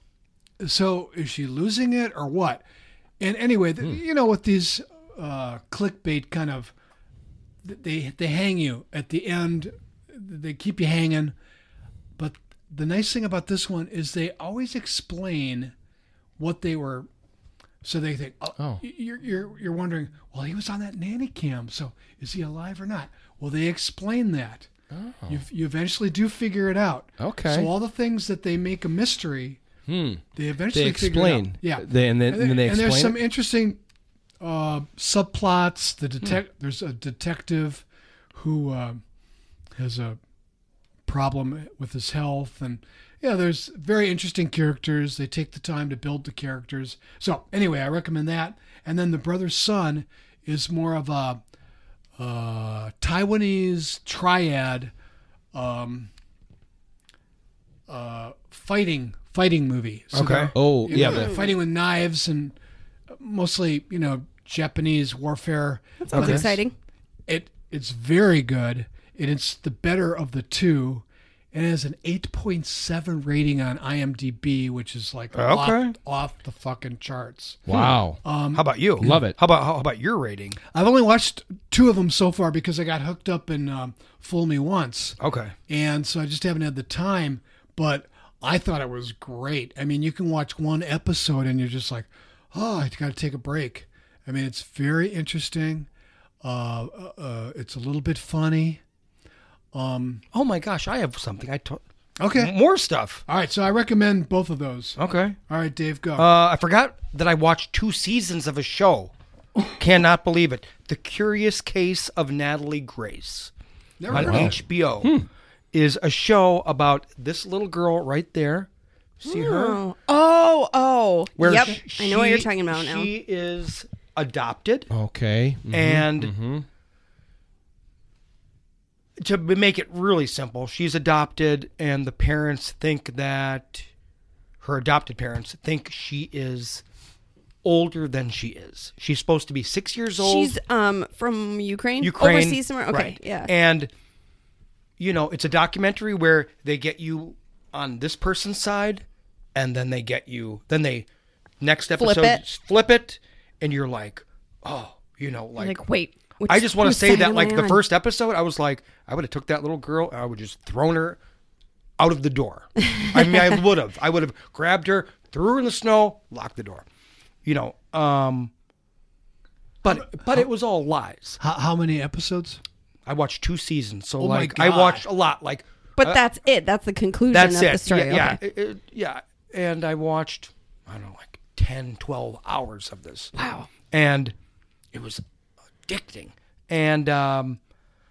Speaker 10: so is she losing it or what? And anyway, th- you know, with these uh, clickbait kind of, th- they they hang you at the end, they keep you hanging. But the nice thing about this one is they always explain what they were. So they think, oh,
Speaker 11: Oh.
Speaker 10: y- You're, you're you're wondering, well, he was on that nanny cam, so is he alive or not? Well, they explain that. You, you eventually do figure it out.
Speaker 11: Okay. Hmm.
Speaker 10: So all the things that they make a mystery, they eventually
Speaker 11: They
Speaker 10: figure it out.
Speaker 11: explain.
Speaker 10: Yeah.
Speaker 11: They- and then- and then they
Speaker 10: and there's
Speaker 11: explain
Speaker 10: some
Speaker 11: it?
Speaker 10: interesting uh, subplots. The
Speaker 11: Hmm.
Speaker 10: detect there's a detective who uh, has a problem with his health, and yeah, there's very interesting characters. They take the time to build the characters. So anyway, I recommend that. And then the brother's son is more of a uh, Taiwanese triad um, uh, fighting fighting movie. So
Speaker 9: Okay.
Speaker 10: they're-
Speaker 11: Oh
Speaker 10: you
Speaker 11: yeah,
Speaker 10: know,
Speaker 11: the-
Speaker 10: fighting with knives and mostly you know Japanese warfare. That
Speaker 12: sounds exciting.
Speaker 10: It it's very good and it's the better of the two. and It has an 8.7 rating on IMDb, which is like
Speaker 9: Okay.
Speaker 10: off, off the fucking charts.
Speaker 11: wow.
Speaker 10: Um,
Speaker 9: how about you?
Speaker 11: Love it.
Speaker 9: How about how about your rating?
Speaker 10: I've only watched two of them so far because I got hooked up in um, Fool Me Once.
Speaker 9: Okay.
Speaker 10: and so I just haven't had the time. But I thought it was great. I mean, you can watch one episode and you're just like, oh, I got to take a break. I mean, it's very interesting. Uh, uh, uh, it's a little bit funny.
Speaker 9: Um, oh my gosh, I have something. I told.
Speaker 10: Okay.
Speaker 9: More stuff.
Speaker 10: All right, so I recommend both of those.
Speaker 9: Okay.
Speaker 10: All right, Dave, go.
Speaker 9: Uh, I forgot that I watched two seasons of a show. Cannot believe it. The Curious Case of Natalie Grace
Speaker 10: Never
Speaker 9: on
Speaker 10: heard of it. Hmm.
Speaker 9: HBO is a show about this little girl right there. See her?
Speaker 12: Oh, oh, oh.
Speaker 9: Where
Speaker 12: yep.
Speaker 9: sh-
Speaker 12: I know what you're
Speaker 9: she-
Speaker 12: talking about now.
Speaker 9: She is adopted.
Speaker 11: Okay. Mhm,
Speaker 9: And
Speaker 11: mhm.
Speaker 9: to b- make it really simple, she's adopted, and the parents think that her adopted parents think she is older than she is. She's supposed to be six years old.
Speaker 12: She's um from Ukraine,
Speaker 9: Ukraine,
Speaker 12: overseas somewhere. Okay,
Speaker 9: right.
Speaker 12: yeah.
Speaker 9: And you know, it's a documentary where they get you on this person's side, and then they get you. Then they next
Speaker 12: Flip
Speaker 9: episode
Speaker 12: it.
Speaker 9: s- flip it and you're like, oh, you know, like,
Speaker 12: Like, wait, which-
Speaker 9: I just want to
Speaker 12: whose
Speaker 9: say
Speaker 12: side
Speaker 9: that
Speaker 12: am
Speaker 9: like
Speaker 12: I
Speaker 9: the
Speaker 12: on?
Speaker 9: first episode, I was like, I would have took that little girl and I would just thrown her out of the door. I mean, I would have, I would have grabbed her, threw her in the snow, locked the door, you know. Um, but but it was all lies.
Speaker 10: How, how many episodes?
Speaker 9: I watched two seasons, so
Speaker 10: Oh my
Speaker 9: like I
Speaker 10: God.
Speaker 9: watched a lot. Like,
Speaker 12: but
Speaker 9: uh,
Speaker 12: that's it. That's the conclusion
Speaker 9: that's
Speaker 12: of
Speaker 9: it.
Speaker 12: the story.
Speaker 9: Yeah, yeah,
Speaker 12: okay.
Speaker 9: it- it- yeah. And I watched, I don't know, like 10, 12 hours of this.
Speaker 12: Wow.
Speaker 9: And it was addicting. And, um,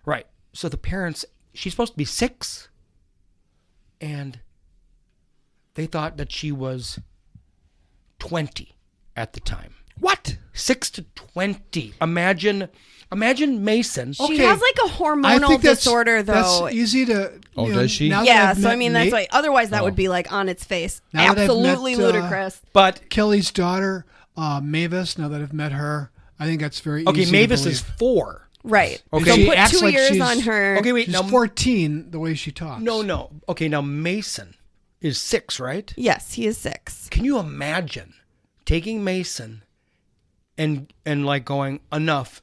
Speaker 9: right. So the parents, she's supposed to be six. And they thought that she was 20 at the time.
Speaker 11: What?
Speaker 9: Six to 20. Imagine, imagine Mason.
Speaker 12: She has like a
Speaker 10: I
Speaker 12: hormonal
Speaker 10: think that's-
Speaker 12: disorder, though.
Speaker 10: That's easy to.
Speaker 11: Oh,
Speaker 10: you
Speaker 11: does she?
Speaker 10: now that
Speaker 12: yeah,
Speaker 10: I've
Speaker 12: so I
Speaker 10: met
Speaker 12: mean that's
Speaker 10: Nate- Oh.
Speaker 12: like otherwise that would be like on its face.
Speaker 10: Now that I've
Speaker 12: Absolutely
Speaker 10: met, uh,
Speaker 12: ludicrous.
Speaker 9: But
Speaker 10: Kelly's daughter, uh, Mavis. Now that I've met her, I think that's very
Speaker 9: Okay,
Speaker 10: easy
Speaker 9: Mavis
Speaker 10: to
Speaker 9: is
Speaker 10: believe.
Speaker 9: four.
Speaker 12: Right.
Speaker 9: Okay.
Speaker 12: So
Speaker 9: She
Speaker 12: put
Speaker 10: acts
Speaker 12: two
Speaker 10: like
Speaker 12: years
Speaker 10: she's-
Speaker 12: on her.
Speaker 9: Okay, wait.
Speaker 10: She's
Speaker 9: Now,
Speaker 10: fourteen. The way she talks.
Speaker 9: no, no. Okay, now Mason is six, right?
Speaker 12: Yes, he is six.
Speaker 9: Can you imagine taking Mason and and like going enough,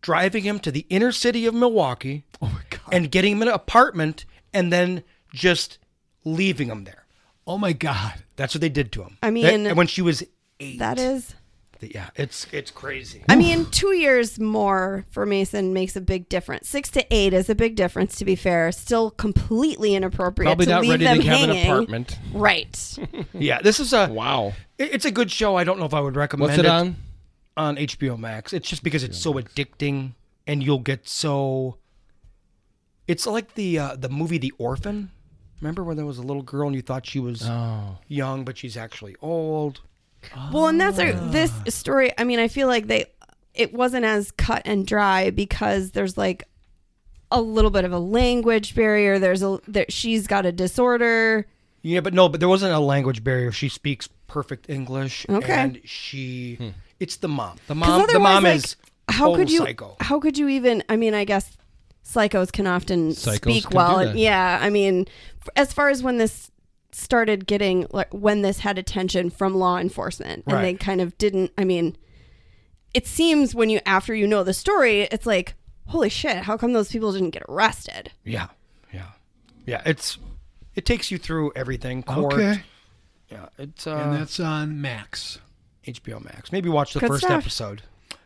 Speaker 9: driving him to the inner city of Milwaukee,
Speaker 10: Oh my god.
Speaker 9: and getting him an apartment, and then just leaving him there?
Speaker 10: Oh my god.
Speaker 9: That's what they did to him.
Speaker 12: I
Speaker 9: That-
Speaker 12: mean,
Speaker 9: when she was eight.
Speaker 12: That is
Speaker 9: Yeah, it's it's crazy.
Speaker 12: I mean, two years more for Mason makes a big difference. Six to eight is a big difference, to be fair. Still completely inappropriate
Speaker 11: Probably
Speaker 12: to
Speaker 11: not
Speaker 12: leave
Speaker 11: ready to
Speaker 12: them
Speaker 11: have an
Speaker 12: hanging.
Speaker 11: apartment.
Speaker 12: Right.
Speaker 9: Yeah, this is a
Speaker 11: Wow.
Speaker 9: it- it's a good show. I don't know if I would recommend
Speaker 11: What's it on?
Speaker 9: on HBO Max. It's just because it's so addicting, and you'll get so. It's like the uh, the movie The Orphan. Remember when there was a little girl and you thought she was
Speaker 10: Uh-huh.
Speaker 11: Oh.
Speaker 9: young, but she's actually old.
Speaker 12: Well, and that's our, this story. I mean, I feel like they it wasn't as cut and dry because there's like a little bit of a language barrier. There's a there, she's got a disorder.
Speaker 9: Yeah, but no, but there wasn't a language barrier. She speaks perfect English,
Speaker 12: Okay.
Speaker 9: and she.
Speaker 10: Hmm.
Speaker 9: It's the mom. The
Speaker 12: 'Cause
Speaker 9: mom. The
Speaker 12: otherwise,
Speaker 9: mom
Speaker 12: like,
Speaker 9: is
Speaker 12: how
Speaker 9: total
Speaker 12: could you
Speaker 9: psycho.
Speaker 12: how could you even? I mean, I guess psychos can often
Speaker 11: Psychos
Speaker 12: speak
Speaker 11: can
Speaker 12: well.
Speaker 11: do
Speaker 12: and-
Speaker 11: that.
Speaker 12: yeah, I mean, f- as far as when this started getting like when this had attention from law enforcement, and
Speaker 9: Right.
Speaker 12: they kind of didn't. I mean, it seems when you after you know the story, it's like. Holy shit, how come those people didn't get arrested?
Speaker 9: Yeah, yeah, yeah. It's it takes you through everything. Court.
Speaker 10: Okay.
Speaker 9: Yeah, it's uh,
Speaker 10: And that's on Max.
Speaker 9: HBO Max. Maybe watch the
Speaker 12: Good
Speaker 9: first
Speaker 12: stuff.
Speaker 9: episode.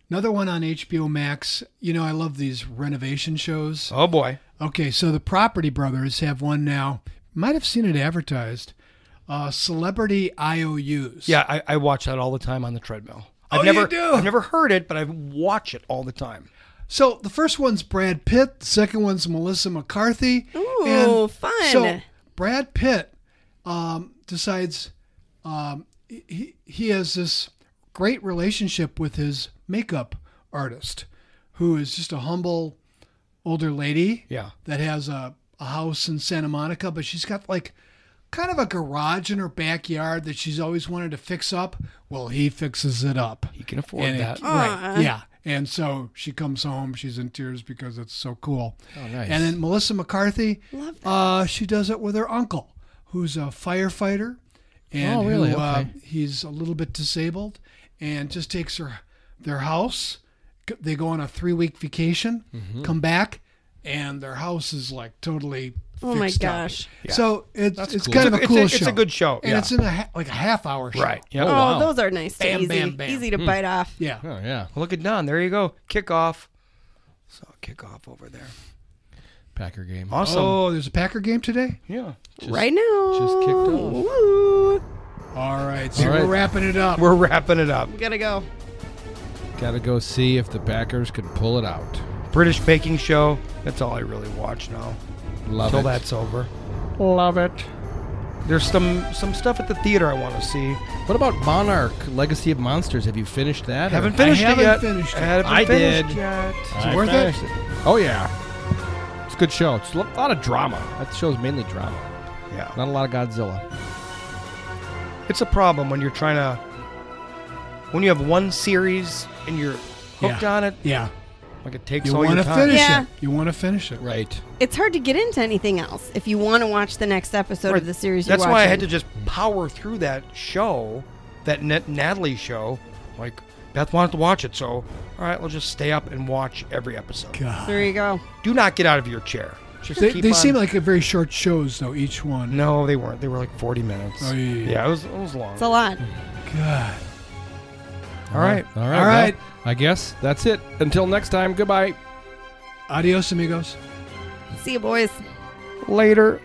Speaker 10: Another one on HBO Max. You know, I love these renovation shows.
Speaker 9: Oh boy.
Speaker 10: Okay, so the Property Brothers have one now. Might have seen it advertised. Uh, celebrity IOUs.
Speaker 9: Yeah, I, I watch that all the time on the treadmill. I've
Speaker 10: Oh, you
Speaker 9: never,
Speaker 10: do?
Speaker 9: I've never heard it, but I watch it all the time.
Speaker 10: So the first one's Brad Pitt. The second one's Melissa McCarthy.
Speaker 12: Ooh, fun.
Speaker 10: So Brad Pitt um, decides um, he he has this great relationship with his makeup artist, who is just a humble older lady.
Speaker 9: Yeah.
Speaker 10: That has a, a house in Santa Monica, but she's got like kind of a garage in her backyard that she's always wanted to fix up. Well, he fixes it up.
Speaker 9: He can afford
Speaker 10: And it-
Speaker 9: that.
Speaker 10: right.
Speaker 12: Uh-huh.
Speaker 10: Yeah. And so she comes home. She's in tears because it's so cool.
Speaker 11: Oh, nice.
Speaker 10: And then Melissa McCarthy,
Speaker 12: Love
Speaker 10: Uh, she does it with her uncle, who's a firefighter, and
Speaker 11: Oh, really?
Speaker 10: who, uh,
Speaker 11: Okay.
Speaker 10: he's a little bit disabled, and just takes her their house. G- They go on a three week vacation, come back, and their house is like totally.
Speaker 12: Oh my
Speaker 10: fixed up.
Speaker 12: gosh. Yeah.
Speaker 10: So it's
Speaker 12: That's
Speaker 10: it's
Speaker 12: cool.
Speaker 10: kind
Speaker 12: It's
Speaker 10: of
Speaker 12: a-
Speaker 10: a cool
Speaker 9: it's a-
Speaker 10: show.
Speaker 9: it's a good show,
Speaker 10: and
Speaker 9: yeah.
Speaker 10: it's in a ha- like a half hour show.
Speaker 9: Right.
Speaker 12: Oh, those are nice. to
Speaker 10: Bam,
Speaker 12: easy,
Speaker 10: bam, bam.
Speaker 12: easy to bite off.
Speaker 10: Yeah.
Speaker 11: Oh yeah.
Speaker 9: Look at Don. There you go. Kick off. So kick off over there.
Speaker 11: Packer game.
Speaker 9: Awesome.
Speaker 10: Oh, there's a Packer game today.
Speaker 9: Yeah.
Speaker 12: right now.
Speaker 11: Just kicked off.
Speaker 10: All right. So
Speaker 11: All right.
Speaker 10: we're wrapping it up.
Speaker 9: We're wrapping it up.
Speaker 12: We gotta go.
Speaker 11: Got to go see if the Packers can pull it out.
Speaker 9: British baking show. That's all I really watch now.
Speaker 11: Love
Speaker 9: Till
Speaker 11: it.
Speaker 9: that's over.
Speaker 11: Love it.
Speaker 9: There's some some stuff at the theater I want to see.
Speaker 11: What about Monarch: Legacy of Monsters? Have you finished that?
Speaker 9: Haven't
Speaker 11: or-
Speaker 9: finished
Speaker 10: haven't
Speaker 9: it yet.
Speaker 10: finished it.
Speaker 9: I haven't
Speaker 11: I
Speaker 9: finished
Speaker 11: did.
Speaker 9: yet.
Speaker 10: Is it worth it?
Speaker 11: finished Oh yeah. It's a good show. It's a lo- lot of drama. That show's mainly drama.
Speaker 9: Yeah.
Speaker 11: Not a lot of Godzilla.
Speaker 9: It's a problem when you're trying to when you have one series and you're hooked
Speaker 10: Yeah.
Speaker 9: on it.
Speaker 10: Yeah.
Speaker 9: Like it takes
Speaker 10: You
Speaker 9: all
Speaker 10: want
Speaker 9: your
Speaker 10: to
Speaker 9: time.
Speaker 10: finish
Speaker 12: Yeah.
Speaker 10: it. You want to finish it.
Speaker 11: Right.
Speaker 12: It's hard to get into anything else if you want to watch the next episode
Speaker 9: Right.
Speaker 12: of the series.
Speaker 9: That's
Speaker 12: you're
Speaker 9: why I
Speaker 12: watching.
Speaker 9: had to just power through that show, that Nat- Natalie show. Like Beth wanted to watch it, so all right, we'll just stay up and watch every episode.
Speaker 10: God.
Speaker 12: There you go.
Speaker 9: Do not get out of your chair. Just
Speaker 10: They,
Speaker 9: keep
Speaker 10: they
Speaker 9: on-
Speaker 10: seem like a very short shows though. Each one.
Speaker 9: no, they weren't. They were like forty minutes.
Speaker 10: Oh, yeah, yeah.
Speaker 9: it was it was long.
Speaker 12: It's a lot.
Speaker 10: God.
Speaker 9: all right.
Speaker 11: All right.
Speaker 10: All
Speaker 11: well,
Speaker 10: right.
Speaker 11: I guess that's it. Until next time. Goodbye.
Speaker 10: Adios, amigos.
Speaker 12: See you, boys.
Speaker 9: Later.